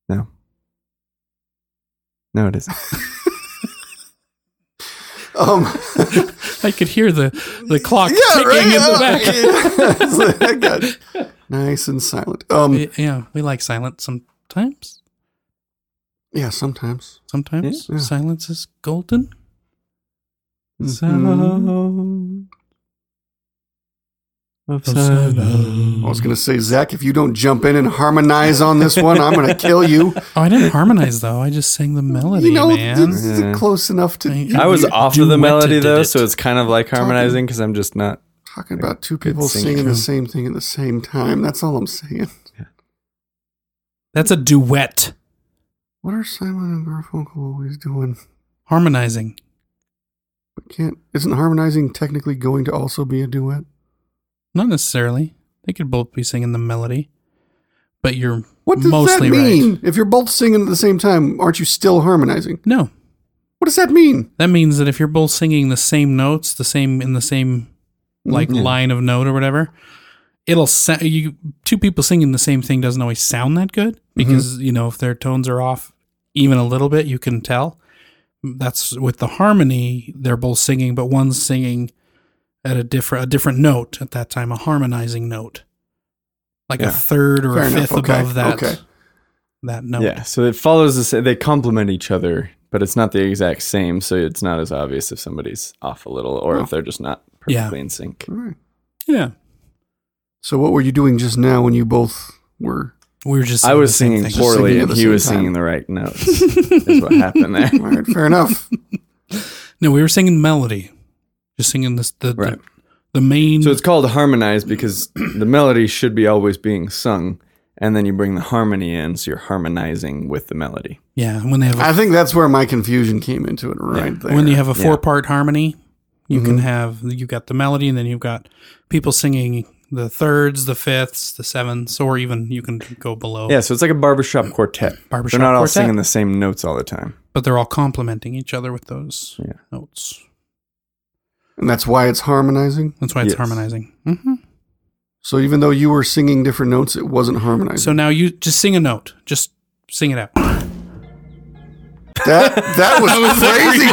no. No, it isn't. Um, <laughs> I could hear the, the clock yeah, ticking right. in the back. uh, <laughs> yeah. It got nice and silent. Um, Y- Yeah, we like silence sometimes. yeah, sometimes. Sometimes Yeah. Mm-hmm. silence is golden. Sound of silence. I was gonna say, Zach, if you don't jump in and harmonize on this one, I'm gonna kill you. Oh, I didn't harmonize though. I just <laughs> sang the melody, you know, man. this is Yeah. close enough to. I- you- I was you're off of the duetted melody though, it. so it's kind of like harmonizing because I'm just not. talking about two people singer. singing the same thing at the same time. That's all I'm saying. That's a duet. What are Simon and Garfunkel always doing? Harmonizing. But can't isn't harmonizing technically going to also be a duet? Not necessarily. They could both be singing the melody. But you're What does mostly that mean? right. If you're both singing at the same time, aren't you still harmonizing? No. What does that mean? That means that if you're both singing the same notes, the same in the same like line of note or whatever, it'll sa- you two people singing the same thing doesn't always sound that good because you know if their tones are off even a little bit, you can tell. That's with the harmony, they're both singing, but one's singing at a different a different note at that time, a harmonizing note. Like Yeah. a third or Fair a enough. fifth Okay. above that Okay. that note. Yeah, so it follows the sa- they complement each other, but it's not the exact same, so it's not as obvious if somebody's off a little or if they're just not Yeah. perfectly in sync. All right. Yeah. So what were you doing just now when you both were? We were just I was the same singing thing. poorly singing at and the he same was time. singing the right <laughs> notes. is what happened there. All right, fair enough. No, we were singing melody. Just singing this the Right. the, the main So it's called <clears throat> harmonize because the melody should be always being sung, and then you bring the harmony in, so you're harmonizing with the melody. Yeah, when they have a, I think that's where my confusion came into it right there. when you have a four part harmony, you Mm-hmm. can have you've got the melody and then you've got people singing the thirds, the fifths, the sevenths, or even you can go below. Yeah, so it's like a barbershop quartet. Barbershop they're not all quartet. singing the same notes all the time. But they're all complementing each other with those Yeah. notes. and that's why it's harmonizing. That's why it's Yes. Mm-hmm. harmonizing. hmm So even though you were singing different notes, it wasn't harmonizing. So now you just sing a note. Just sing <laughs> it out. that <laughs> that was, crazy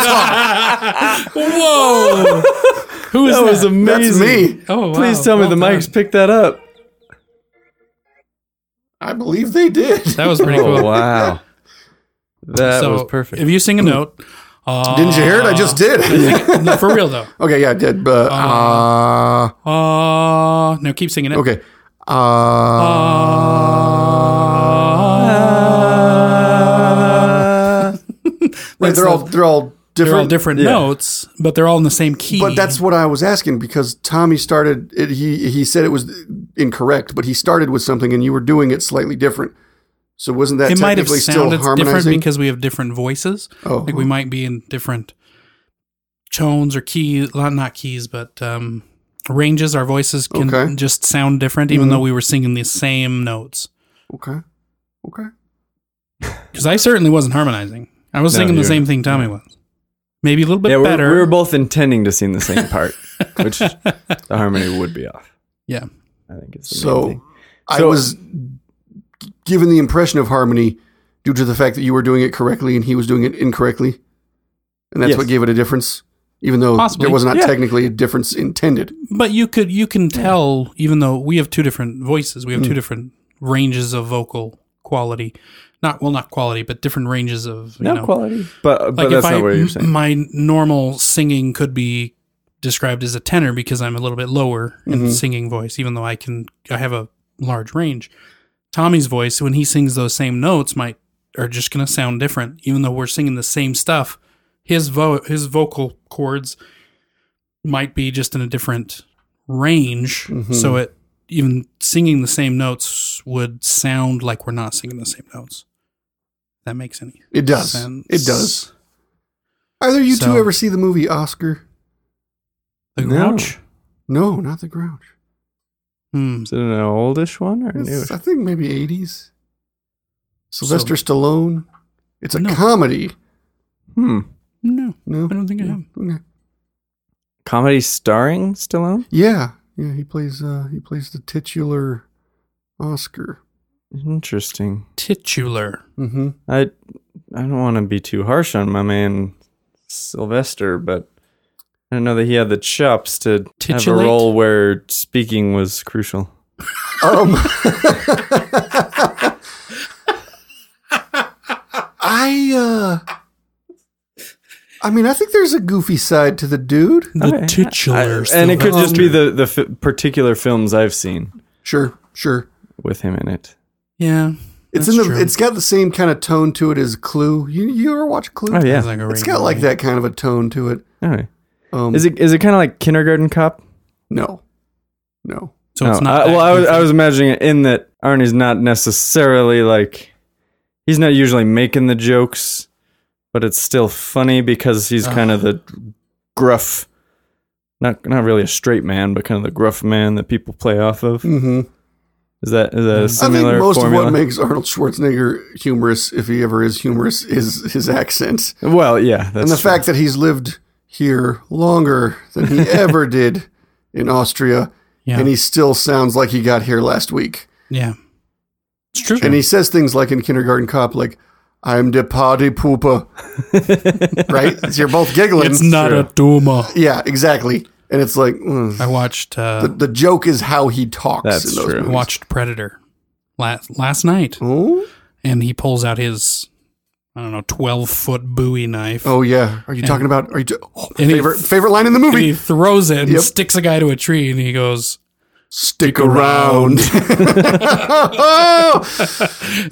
talk. Whoa! <laughs> Who is That that? was That's amazing. me. oh, wow. Please tell me Well the done. mics picked that up. I believe they did. That was pretty <laughs> <laughs> Oh cool. wow, that So was perfect. If you sing a note, uh, Didn't you hear it? I <laughs> just did. no, for real <laughs> though. <laughs> okay, yeah, I did. But uh, Uh, no, keep singing it. okay, uh, right, that's they're all the- they're all different. They're all different notes, but they're all in the same key. But that's what I was asking because Tommy started. It, he he said it was incorrect, but he started with something, and you were doing it slightly different. So wasn't that it might have technically still sounded different harmonizing? because we have different voices. Oh. like we might be in different tones or keys, not not keys, but um, ranges. Our voices can Okay. Mm-hmm. just sound different, even though we were singing the same notes. okay, okay. Because I certainly wasn't harmonizing. I was No, singing the you- same thing Tommy was. Maybe a little bit yeah, we better. we were both intending to sing the same part, which the harmony would be off. yeah. I think it's the main So, thing. I So- was given the impression of harmony due to the fact that you were doing it correctly and he was doing it incorrectly, and that's Yes. what gave it a difference, even though Possibly. there was not Yeah. technically a difference intended. but you could you can tell even though we have two different voices we have two different ranges of vocal quality not well not quality but different ranges of you no know quality, but but like that's if not I, what you're saying. my normal singing could be described as a tenor because i'm a little bit lower Mm-hmm. in singing voice even though i can i have a large range tommy's voice when he sings those same notes might are just going to sound different even though we're singing the same stuff his vo- his vocal cords might be just in a different range Mm-hmm. so it even singing the same notes would sound like we're not singing the same notes that makes any It does. sense It does. Either you So- two ever see the movie Oscar? the No. Grouch? No, not the Grouch. Hmm. Is it an oldish one or new? It's, I think maybe 80s. Sylvester Stallone. It's a No. comedy. Hmm. No, No. I don't think I have. Okay. Comedy starring Stallone? Yeah. Yeah, he plays uh he plays the titular Oscar. Interesting. Titular. Mm-hmm. I I don't want to be too harsh on my man Sylvester, but I don't know that he had the chops to have a Titulate? role where speaking was crucial. Um <laughs> I uh I mean, I think there's a goofy side to the dude. The Okay. titular. I- and it could just Sylvester. be the the f- particular films I've seen Sure, sure. with him in it. Yeah. It's that's in the true. it's got the same kind of tone to it as Clue. You you ever watch Clue? Oh yeah. Sounds like a It's radio got like movie. that kind of a tone to it. Anyway. Um Is it is it kind of like Kindergarten Cop? no. No. So it's No, not. I, that well, I was, goofy. I was imagining it in that Arnie's not necessarily like he's not usually making the jokes, but it's still funny because he's kind of the gruff, not not really a straight man, but kind of the gruff man that people play off of. Mm-hmm. Is that is that a I similar think most formula? of what makes Arnold Schwarzenegger humorous, if he ever is humorous, is his accent well, yeah, that's and the true. fact that he's lived here longer than <laughs> he ever did in Austria, Yeah. and he still sounds like he got here last week. yeah. It's true. And he says things like in Kindergarten Cop, like I'm the party <laughs> pooper. right? So you're both giggling. It's not a tumor. yeah, exactly. And it's like mm. <laughs> I watched uh, the joke is how he talks. That's in those true. Movies. watched Predator last last night, Oh? and he pulls out his I don't know twelve foot Bowie knife. Oh yeah. Are you talking about? Are you? ta- oh, my And he- favorite favorite line in the And he movie. throws it and Yep. sticks a guy to a tree, and he goes, Stick <laughs> around. oh,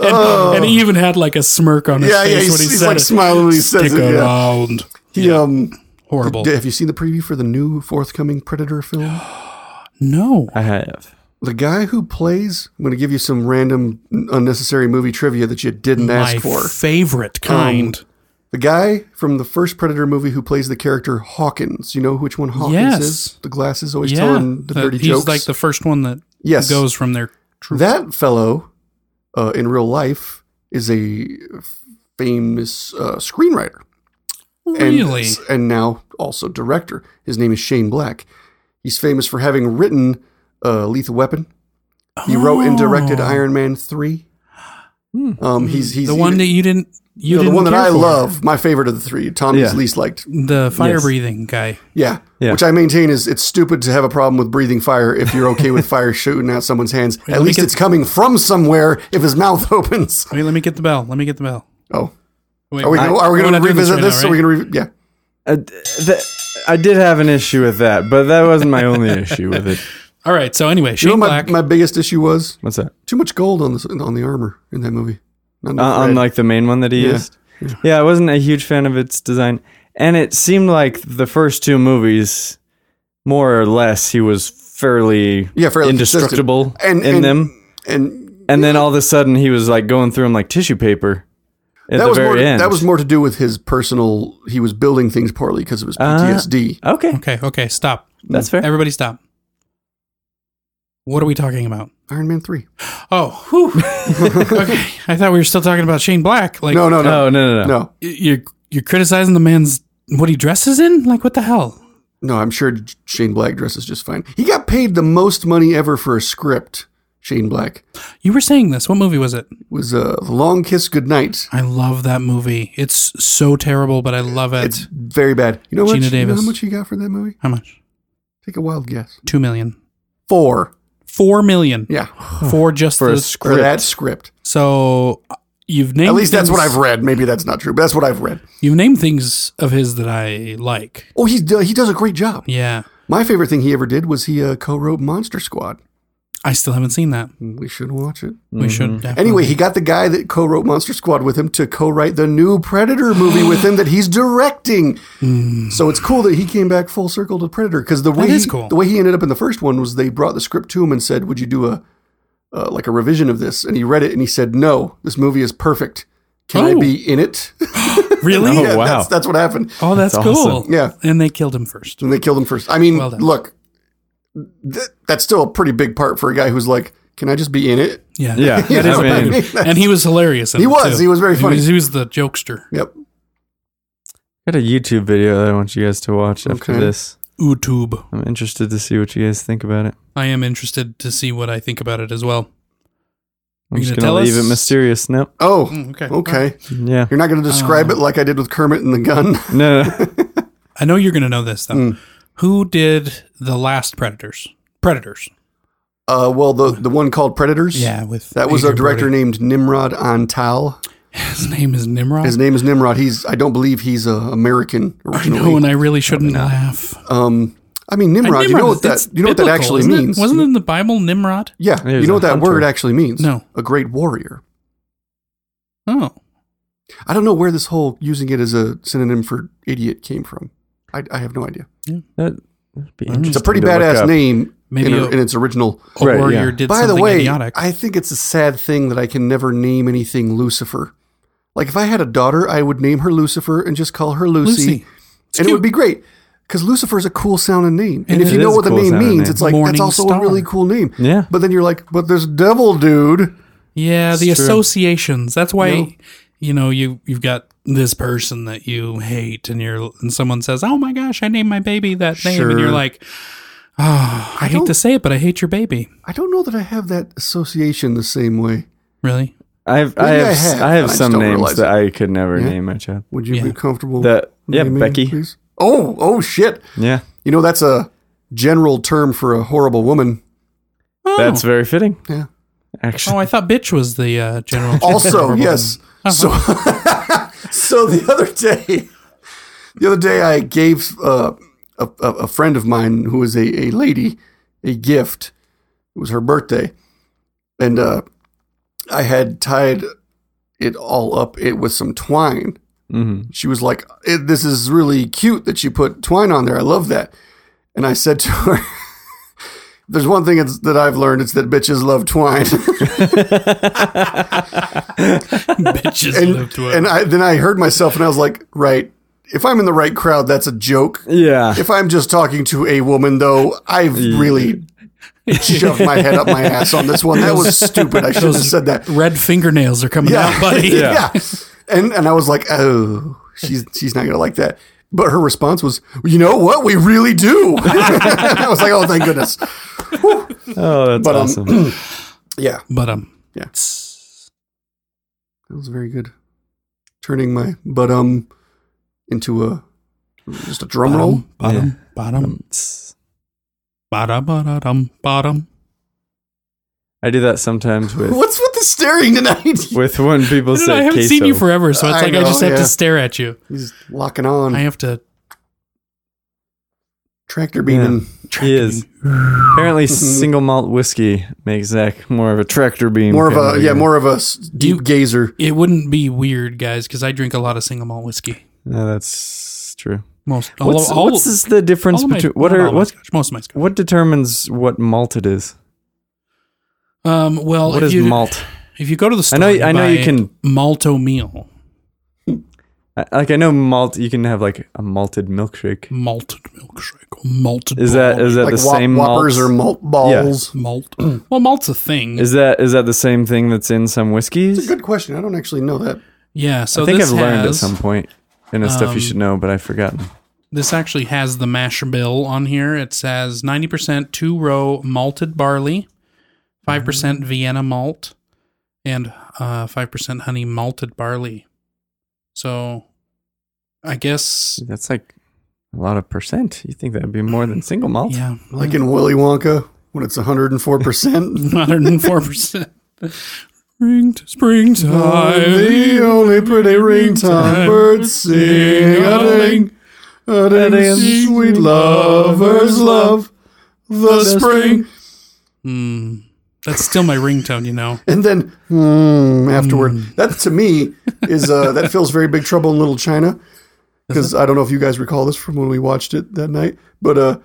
and, and he even had like a smirk on his yeah, face yeah. He's, when he he's said like it. smiling when he says Stick it. Yeah. around. He, um, Horrible. d- have you seen the preview for the new forthcoming Predator film? <gasps> No. I have. The guy who plays. I'm going to give you some random, unnecessary movie trivia that you didn't My ask for. Um, favorite kind. The guy from the first Predator movie who plays the character Hawkins. You know which one Hawkins Yes. is? The glasses always yeah. telling the that- dirty he's jokes. like the first one that yes. goes from their troop. That fellow uh, in real life is a famous uh, screenwriter. And, really? And now also director. His name is Shane Black. He's famous for having written uh, Lethal Weapon. He wrote and directed Oh. Hmm. Iron Man 3. Um, he's, he's the one that you didn't you you know, the didn't one that care I for. love, my favorite of the three, Tommy's Yeah. least liked. the fire breathing guy Yeah. Yeah. Which I maintain is it's stupid to have a problem with breathing fire if you're <laughs> okay with fire shooting out someone's hands. At me least get- it's coming from somewhere if his mouth <laughs> opens. wait let me get the bell let me get the bell Oh. wait, Are we, gonna- are we we're going not to doing revisit right this? now, Are we right? going to re- yeah. Uh, th- I did have an issue with that, but that wasn't <laughs> my only issue with it. all right so anyway You Shane know my, Black my biggest issue was What's that? too much gold on the on the armor in that movie. Not enough Uh, red. unlike the main one that he Yeah. used. Yeah, I wasn't a huge fan of its design, and it seemed like the first two movies, more or less, he was fairly Yeah, fairly indestructible consistent. And- in and- them. and And then all of a sudden, he was like going through them like tissue paper. At that the was very more end. that was more to do with his personal. He was building things poorly because of his Uh. PTSD. okay. okay okay stop That's fair. everybody stop what are we talking about Iron Man three. oh <laughs> whew. okay I thought we were still talking about Shane Black like No, no, no, No, Oh, no, no, no. no, y- you're you're criticizing the man's what he dresses in like what the hell no. I'm sure Shane Black dresses just fine. He got paid the most money ever for a script. Shane Black you were saying this what movie was it was uh, the Long Kiss Goodnight. I love that movie it's so terrible but I love it It's very bad. You know what? Gina You know Davis. how much he got for that movie? how much Take a wild guess. two million Four. four million Yeah, for just For the a for script. that script. So uh, you've named At least that's things- what I've read. Maybe that's not true, but that's what I've read. You've named things of his that I like. Oh, he's do- he does a great job. Yeah, My favorite thing he ever did was he uh, co-wrote Monster Squad. I still haven't seen that. We should watch it. We should definitely. Mm-hmm. Anyway, he got the guy that co-wrote Monster Squad with him to co-write the new Predator movie with him that he's directing. So it's cool that he came back full circle to Predator because the way That is he, cool. the way he ended up in the first one was they brought the script to him and said, "Would you do a uh, like a revision of this?" And he read it and he said, "No, this movie is perfect. Can I Oh. be in it?" <laughs> <laughs> really? Oh, Yeah, wow. that's, that's what happened. Oh, that's, That's cool. awesome. Yeah. Mm. and they killed him first. and they killed him first. I mean, Well done. look, th- that's still a pretty big part for a guy who's like, "Can I just be in it?" Yeah, Yeah, <laughs> You know I what I mean, mean? <laughs> And he was hilarious. in He it, was. too. He was very funny. He was, he was the jokester. <laughs> Yep. got a YouTube video that I want you guys to watch after Okay. this. YouTube. I'm interested to see what you guys think about it. I am interested to see what I think about it as well. I'm You just gonna gonna tell leave us? it mysterious. Nope. Oh, Mm, okay. okay. Yeah. You're not going to describe it like I did with Kermit and the gun. <laughs> No. no. I know you're going to know this though. Mm. Who did the last Predators? Predators. Uh, well, the the one called Predators. Yeah, with That was a Adrian director Brody. named Nimrod Antal. His name is Nimrod. His name is Nimrod. He's I don't believe he's uh, American I know, originally. and I really shouldn't laugh. um, I mean Nimrod. And you know Nimrod, what that it's you know what that biblical, actually isn't it? means? Wasn't it in the Bible Nimrod? yeah, He was you know a what that hunter. word actually means? No. a great warrior. Oh, I don't know where this whole using it as a synonym for idiot came from. I, I have no idea. That, that'd be It's It's a interesting pretty to look badass up. name Maybe in, a- in its original. a Right, warrior yeah. did By something the way, idiotic. I think it's a sad thing that I can never name anything Lucifer. Like if I had a daughter, I would name her Lucifer and just call her Lucy, Lucy. It's and cute. it would be great because Lucifer is a cool sounding name. And, It if you is know a what the cool name sounding means, name. it's like Morning that's also Star. a really cool name. Yeah. But then you're like, but there's Devil Dude. yeah, the It's true. associations. That's why No. you know you you've got this person that you hate, and you're and someone says, "Oh my gosh, I named my baby that name," and you're Sure. like, "Oh, I, hate don't- to say it, but I hate your baby." I don't know that I have that association the same way. Really? I've I Maybe I have s- have, I and I have just some don't names realize that I could never name my child. Would you Yeah. be comfortable? That- yeah, naming, Becky. please? Oh, oh shit! Yeah, You know that's a general term for a horrible woman. Oh. that's very fitting. Yeah. Actually, Oh, I thought bitch was the uh, general. <laughs> Also, yes. So, <laughs> so the other day, the other day, I gave uh, a, a a friend of mine who is a, a lady a gift. It was her birthday, and uh, I had tied it all up it with some twine. Mhm. She was like, "It- "This is really cute that you put twine on there. I love that." And I said to her, <laughs> "There's one thing it's, that I've learned. It's that bitches love <laughs> twine." <laughs> bitches and, live to it. and I, then I heard myself and I was like, right, if I'm in the right crowd, that's a joke. yeah. Oh. If I'm just talking to a woman, though, I've really shoved my head <laughs> up my ass on this one. That was stupid. I shouldn't have said that. Red fingernails are coming Yeah, out, buddy. <laughs> yeah. And and I was like, oh, she's she's not gonna like that. But her response was, you know what, we really do. <laughs> And I was like, oh, thank goodness. Oh, that's But, um, awesome. Yeah, But um, Yeah. it's- that was very good. Turning my butt um into a just a drum roll. bottom, bottom, bottom, bottom, bottom, bottom. I do that sometimes <laughs> with What's with the staring <laughs> tonight? with when people I, don't know, say I haven't queso. seen you forever, so it's I like I know, just have yeah. to stare at you. He's locking on. I have to. Tractor beaming. He is. Apparently, single malt whiskey makes Zach more of a tractor beam. More of kind a yeah, guy. more of a s- deep gazer. It wouldn't be weird, guys, because I drink a lot of single malt whiskey. No, that's true. Most all, What's, of- all, what's this- the difference all of my- between what not all are of my what scotch, most of my scotch. what determines what malt it is? Um, well, What if is you, malt? If you go to the store, know- and I know you buy can- malto meal, I, like I know malt. You can have like a malted milkshake. malted milkshake, malted. Is that is that Like the whop- same whoppers malt? or malt balls. malt? Well, malt's a thing. Is that is that the same thing that's in some whiskeys? Good question. I don't actually know that. yeah. So I think I've this learned at has- some point in the stuff you should know, but I've forgotten. This actually has the mash bill on here. It says 90% two row malted barley, 5% Vienna malt, and uh, 5% honey malted barley. So I guess, That's like a lot of percent. You think that'd be more than single malt? yeah, <laughs> Like in Willy Wonka when it's 104 <laughs> percent. 104%. Ring to springtime. The only pretty ringtone birds sing a ding, a ding, sweet lovers love the spring. Mm, that's still my ringtone, you know. <laughs> And then hmm, afterward, that to me is uh, that feels very big trouble in Little China. Because I don't know if you guys recall this from when we watched it that night, but uh,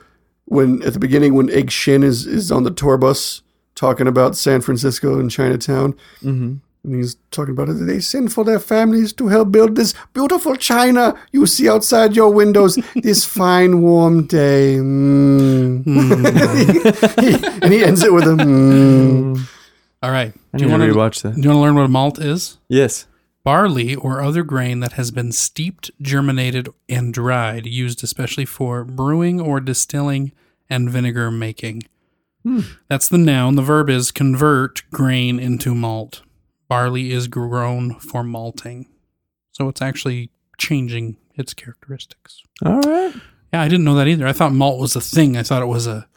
when at the beginning when Egg Shin is is on the tour bus talking about San Francisco and Chinatown, and he's talking about it, they send for their families to help build this beautiful China you see outside your windows this fine warm day. Mm. <laughs> and he ends it with a. Mm. All right. I Do need you to want to rewatch that. do you want to learn what a malt is? Yes. barley or other grain that has been steeped, germinated, and dried, used especially for brewing or distilling and vinegar making. That's the noun. The verb is convert grain into malt. Barley is grown for malting. So it's actually changing its characteristics. All right. Yeah, I didn't know that either. I thought malt was a thing. I thought it was a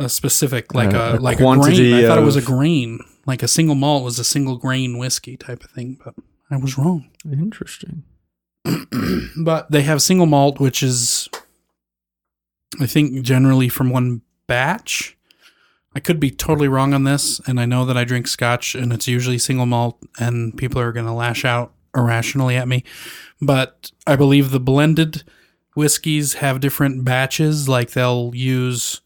a specific like Uh, a, a like a quantity grain. I thought it was a of- grain. Like a single malt was a single grain whiskey type of thing, but I was wrong. Interesting. But they have single malt, which is I think generally from one batch. I could be totally wrong on this, and I know that I drink scotch and it's usually single malt and people are gonna lash out irrationally at me. But I believe the blended whiskeys have different batches. Like they'll use,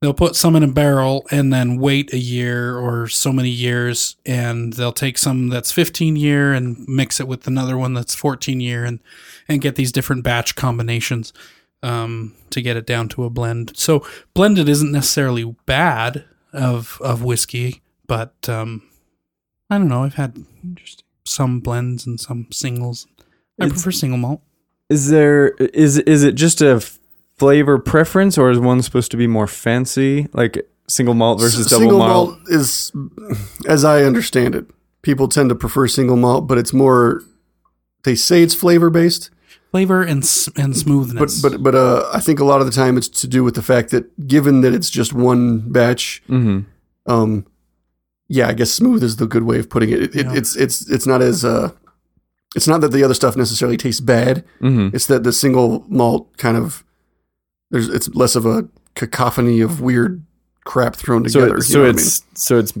they'll put some in a barrel and then wait a year or so many years, and they'll take some that's 15 year and mix it with another one that's 14 year, and and get these different batch combinations um, to get it down to a blend. So blended isn't necessarily bad of of whiskey, but um, I don't know. I've had some blends and some singles. I prefer single malt. Is there is is it just a f- flavor preference, or is one supposed to be more fancy, like single malt versus double single malt? malt is, as I understand it, people tend to prefer single malt, but it's more. They say it's flavor based, Flavor and s- and but smoothness. but but uh, I think a lot of the time it's to do with the fact that given that it's just one batch, hmm um, yeah, I guess smooth is the good way of putting it. It, it Yeah. it's it's it's not as uh, it's not that the other stuff necessarily tastes bad. hmm It's that the single malt kind of there's it's less of a cacophony of weird crap thrown So, together. it, you so know what I it's so it's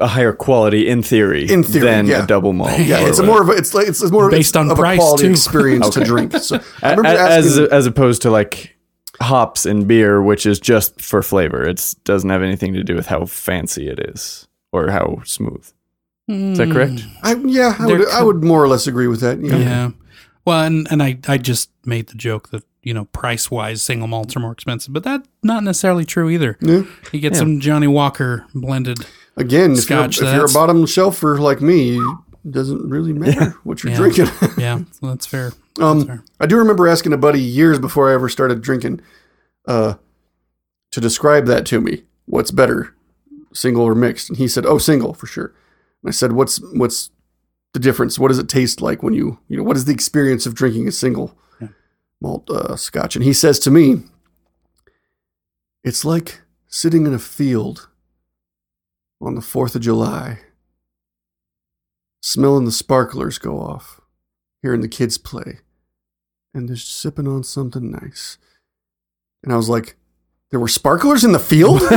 a higher quality in theory, In theory, than yeah. a double malt. mean? <laughs> yeah, or it's a whatever. more of a, it's like it's more of a- Based on of price, a quality too. experience to Okay. drink. So I A- remember a- as asking, as opposed to like hops and beer, which is just for flavor. It doesn't have anything to do with how fancy it is or how smooth. Is Hmm. that correct? I, yeah, I There would, I could- would more or less agree with that. you know. Yeah. Well, and, and I, I just made the joke that, you know, price wise, single malts are more expensive, but that's not necessarily true either. Yeah. You get some Johnny Walker blended. Again, if, Scotch, you're, if you're a that's- bottom shelfer like me, it doesn't really matter what you're Yeah. drinking. <laughs> Yeah, well, that's fair. Um, <laughs> fair. I do remember asking a buddy years before I ever started drinking uh, to describe that to me. What's better, single or mixed? And he said, "Oh, single for sure." And I said, "What's what's the difference? What does it taste like when you you know what is the experience of drinking a single malt uh, scotch?" And he says to me, "It's like sitting in a field on the Fourth of July, smelling the sparklers go off." hearing the kids play and just sipping on something nice. And I was like, there were sparklers in the field? <laughs>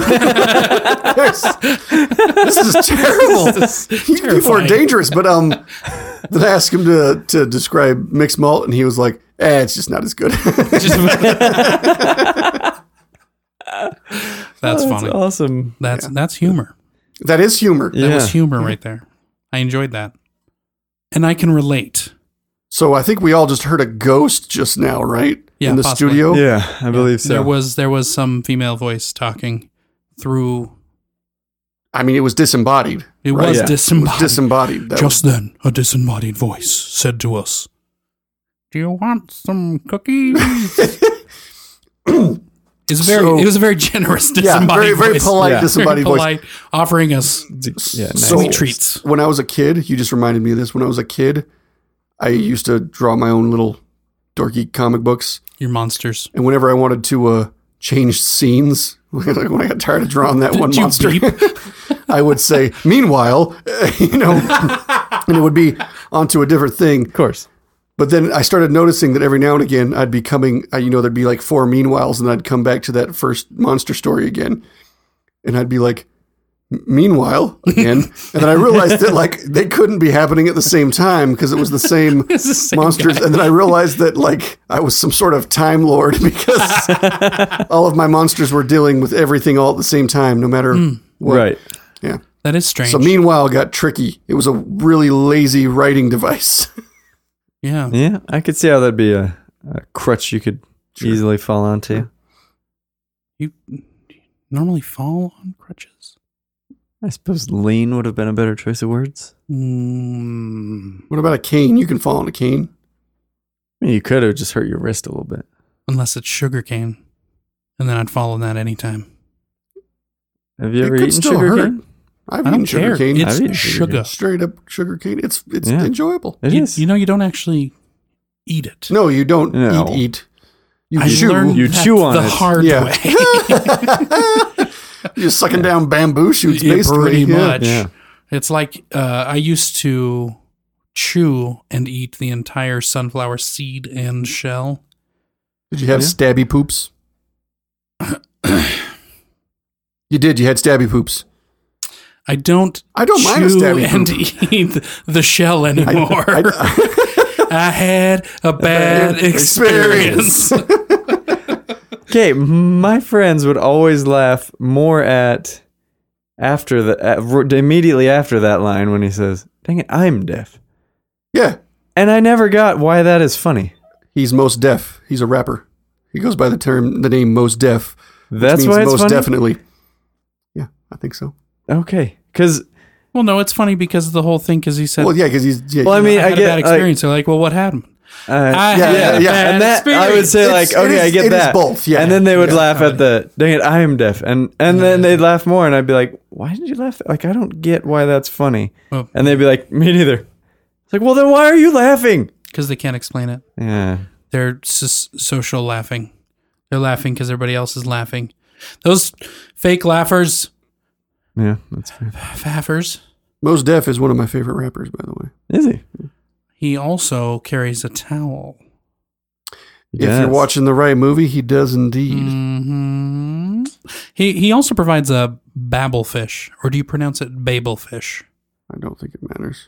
this is terrible. You people are terrifying. dangerous. But um, <laughs> then I asked him to, to describe mixed malt, and he was like, eh, it's just not as good. <laughs> Oh, That's funny. awesome. That's that's humor. that is humor. That was humor right there. I enjoyed that. And I can relate. So I think we all just heard a ghost just now, right? Yeah, In the possibly. studio? yeah, I believe There so. was there was some female voice talking through I mean, it was disembodied. it Right, was yeah. disembodied. Disembodied. That Just then, a disembodied voice said to us, "Do you want some <laughs> cookies?" it's very So- it was a very generous was, yeah, disembodied very, very voice. polite Yeah. Very Very disembodied voice. polite, offering us yeah, nice. So- sweet treats. when I was a kid, you just reminded me of this. When I was a kid, I used to draw my own little dorky comic books, Your monsters. and whenever I wanted to uh, change scenes, <laughs> like when I got tired of drawing that one Did you monster, beep? <laughs> I would say, "Meanwhile," <laughs> you know, and it would be onto a different thing. of course. But then I started noticing that every now and again, I'd be coming, I, you know, there'd be like four meanwhiles, and I'd come back to that first monster story again, and I'd be like. Meanwhile, again, <laughs> and then I realized that like they couldn't be happening at the same time because it was the same <laughs> It's the same monsters. guy. And then I realized that like I was some sort of time lord <laughs> <laughs> because all of my monsters were dealing with everything all at the same time, no matter Hmm. what. Right. Yeah. That is strange. So meanwhile got tricky. It was a really lazy writing device. <laughs> yeah. Yeah, I could see how that'd be a, a crutch you could easily fall onto. You normally fall on crutches. I suppose lean would have been a better choice of words. Mm, what about a cane? You can fall on a cane. I mean, you could have just hurt your wrist a little bit. unless it's sugarcane, and then I'd follow that anytime. Have you It ever could eaten still sugar hurt. cane? I've I eaten don't care. sugar cane. It's I've eaten sugar. sugarcane. Straight up sugar cane. It's it's Yeah. enjoyable. It you, is. you know, you don't actually eat it. No, you don't No. eat eat. You I chew. <laughs> learned You that chew on the it. hard Yeah. <laughs> way. You're sucking down bamboo <laughs> shoots, Yeah, basically. pretty Yeah. much. Yeah. It's like uh, I used to chew and eat the entire sunflower seed and shell. Did you have Yeah. <coughs> stabby poops? you did. You had stabby poops. I don't. I don't mind a chew stabby and <laughs> eat the shell anymore. I, had a bad, bad experience. <laughs> experience. Okay, my friends would always laugh more at after the at, r- immediately after that line when he says, "Dang it, I'm deaf," <laughs> Yeah. and I never got why that is funny. He's most deaf. He's a rapper. He goes by the term, the name most deaf. which That's means why it's most funny. definitely. Yeah, I think so. Okay, because well, no, it's funny because the whole thing because he said, Well, yeah, because he's yeah, well, I mean, I I, had a get bad like, experience. They're like, well, what happened? I yeah, had yeah, a yeah. bad Uh, and that I would experience. say It's- like, it okay, is- I get it is that. both, yeah. and then they would Yeah. laugh at the, dang it, I am deaf, and and then they'd laugh more, and I'd be like, why did you laugh? Like, I don't get why that's funny. Well- and they'd be like, me neither. It's like, well, then why are you laughing? because they can't explain it. Yeah, They're s- social laughing. They're laughing because everybody else is laughing. Those fake laughers, yeah, that's fair. faffers. Mos Def is one of my favorite rappers, by the way. Is he? He also carries a towel. If Yes. you're watching the right movie, he does indeed. hmm He he also provides a babel fish, or do you pronounce it babel fish? I don't think it matters.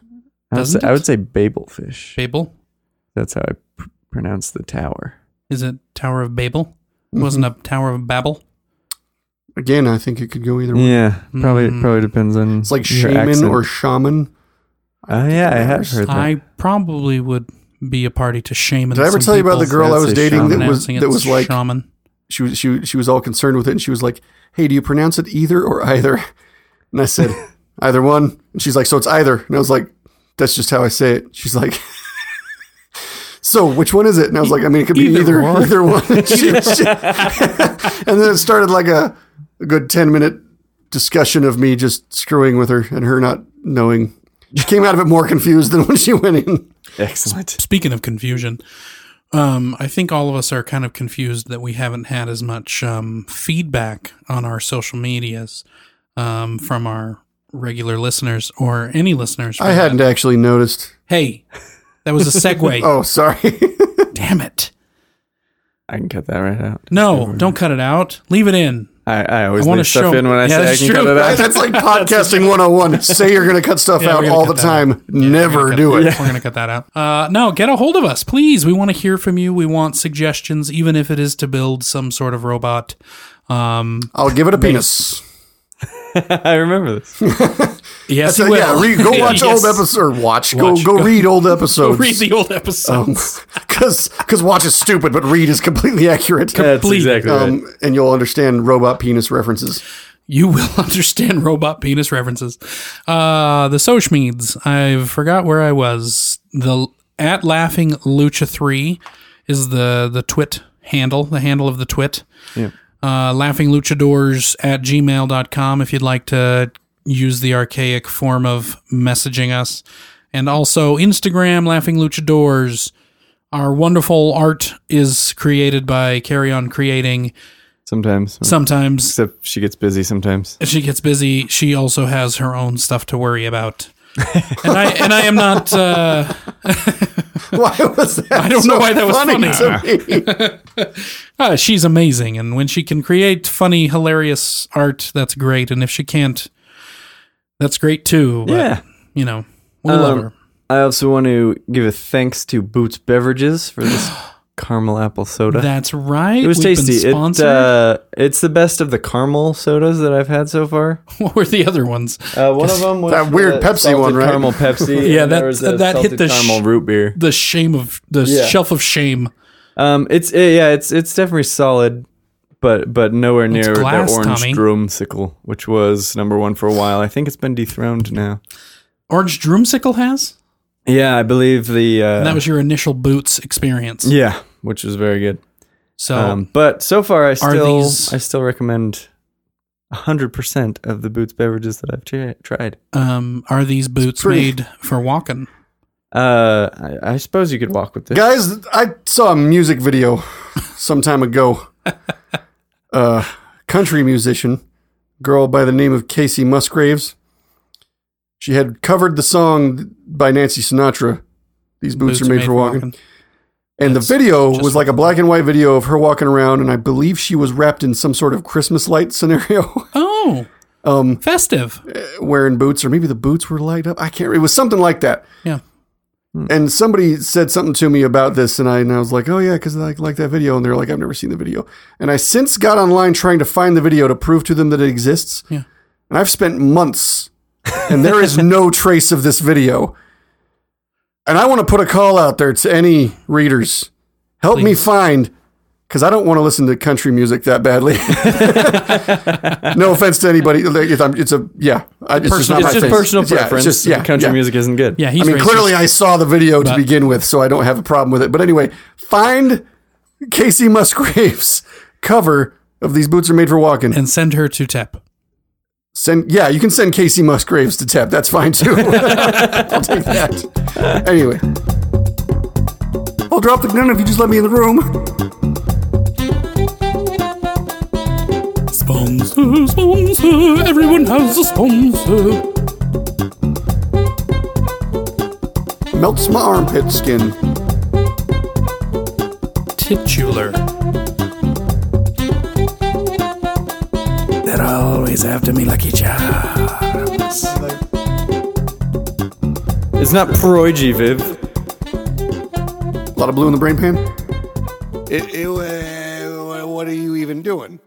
I would, say, Doesn't I it? would say Babelfish. Babel That's how I pr- pronounce the tower. is it Tower of Babel? It Wasn't a Tower of Babel? Again, I think it could go either way. Yeah, probably Mm. probably depends on It's like Hmm. your shaman accent. or shaman. oh yeah, I have heard that. I probably would be a party to shaman. Did I ever some tell you about the people. girl I I'd was say dating that shaman. was Pronouncing that it was like shaman? she was she she was all concerned with it, and she was like, "Hey, do you pronounce it either or either?" <laughs> And I said, "Either one." And she's like, "So it's either." And I was like, "That's just how I say it." She's like, <laughs> "So which one is it?" And I was like, "I mean, it could be Either either one." <laughs> either one." And she- she- <laughs> and then it started like a, a good ten minute discussion of me just screwing with her and her not knowing. She came out of it more confused than when she went in. Excellent. Speaking of confusion, um, I think all of us are kind of confused that we haven't had as much um, feedback on our social medias um, from our regular listeners or any listeners. for I that. hadn't actually noticed. Hey, that was a segue. <laughs> Oh, sorry. Damn it. I can cut that right out. No, don't cut it out. Leave it in. I, I always I wanna leave stuff show- in when I Yeah, say I that's can true. cut it <laughs> out. That's like podcasting 101. Say you're going to cut stuff Yeah, out we're gonna all the cut that out. time. Never do it. We're going to cut that out. Uh, no, get a hold of us, please. We want to hear from you. We want suggestions, even if it is to build some sort of robot. Um, I'll give it a penis. <laughs> I remember this. yes, So, you will. yeah, re- go watch Yes. old episodes. Or watch. Watch. Go go read old Go read episodes. the old <laughs> episodes. Because watch is stupid, but read is completely accurate. <laughs> That's Complete. exactly right. Um, and you'll understand robot penis references. <laughs> you will <laughs> understand robot penis references. Uh, the Sochmeads. I forgot where I was. The at laughing lucha three is the the twit handle, the handle of the twit. Yeah. Uh, laughing luchadors at gmail.com if you'd like to use the archaic form of messaging us. And also Instagram, laughing luchadors. Our wonderful art is created by Carry On Creating. Sometimes. Sometimes Except she gets busy sometimes. if she gets busy, she also has her own stuff to worry about. <laughs> and I and I am not. Uh, Why was that? I don't know why that was funny. to me? uh, she's amazing, and when she can create funny, hilarious art, that's great. And if she can't, that's great too. But, Yeah. Um, you know, we love her. I also want to give a thanks to Boots Beverages <gasps> for this caramel apple soda. That's right. it was We've been tasty. It, sponsored. uh, it's the best of the caramel sodas that I've had so far. <laughs> what were the other ones? Uh, one of them was That weird the Pepsi salted one, right? Caramel Pepsi. <laughs> Yeah, and that- there was a that hit salted the sh- caramel root beer. The shame of the Yeah. shelf of shame. Um, it's uh, yeah, it's it's definitely solid, but but nowhere near the glass, orange Tommy. drumsicle, which was number one for a while. I think it's been dethroned now. Orange Droomsicle has. Yeah, I believe the uh, And that was your initial Boots experience. yeah, which was very good. So Um, but so far, I still Oh. these- I still recommend hundred percent of the Boots beverages that I've tri- tried. um, are these boots pretty- made for walking? Uh, I, I suppose you could walk with this. Guys, I saw a music video some time ago. <laughs> Uh, country musician, girl by the name of Casey Musgraves. She had covered the song by Nancy Sinatra. These boots, are made, for walking. And the video was like a black and white video of her walking around, and I believe she was wrapped in some sort of Christmas light <laughs> scenario, Oh, Um, festive. wearing boots, or maybe the boots were light up. I can't. It was something like that. Yeah. and somebody said something to me about this, and I and I was like, oh yeah, because I like that video, and they're like, I've never seen the video, and I since got online trying to find the video to prove to them that it exists, Yeah. and I've spent months, and there is <laughs> no trace of this video, and I want to put a call out there to any readers, help me find, because I don't want to listen to country music that <laughs> badly. no offense to anybody. Like, It's, I'm- it's a yeah. I, it's just, not it's my just thing. personal It's- yeah, it's preference. just- yeah, country yeah. music isn't good. Yeah, he's I mean, racist. clearly I saw the video to But- begin with, so I don't have a problem with it. But anyway, find Casey Musgraves cover of these boots are made for walking. and send her to Tep. Send yeah, you can send Casey Musgraves to Tep. That's <laughs> fine too. I'll take that. Anyway, I'll drop the gun if you just let me in the room. Sponsor, sponsor, everyone has a sponsor. Melts my armpit skin. Titular. They're always after me, Lucky Charms. It's not Proigi, Viv. A lot of blue in the brain pan. It, it, uh, what are you even doing?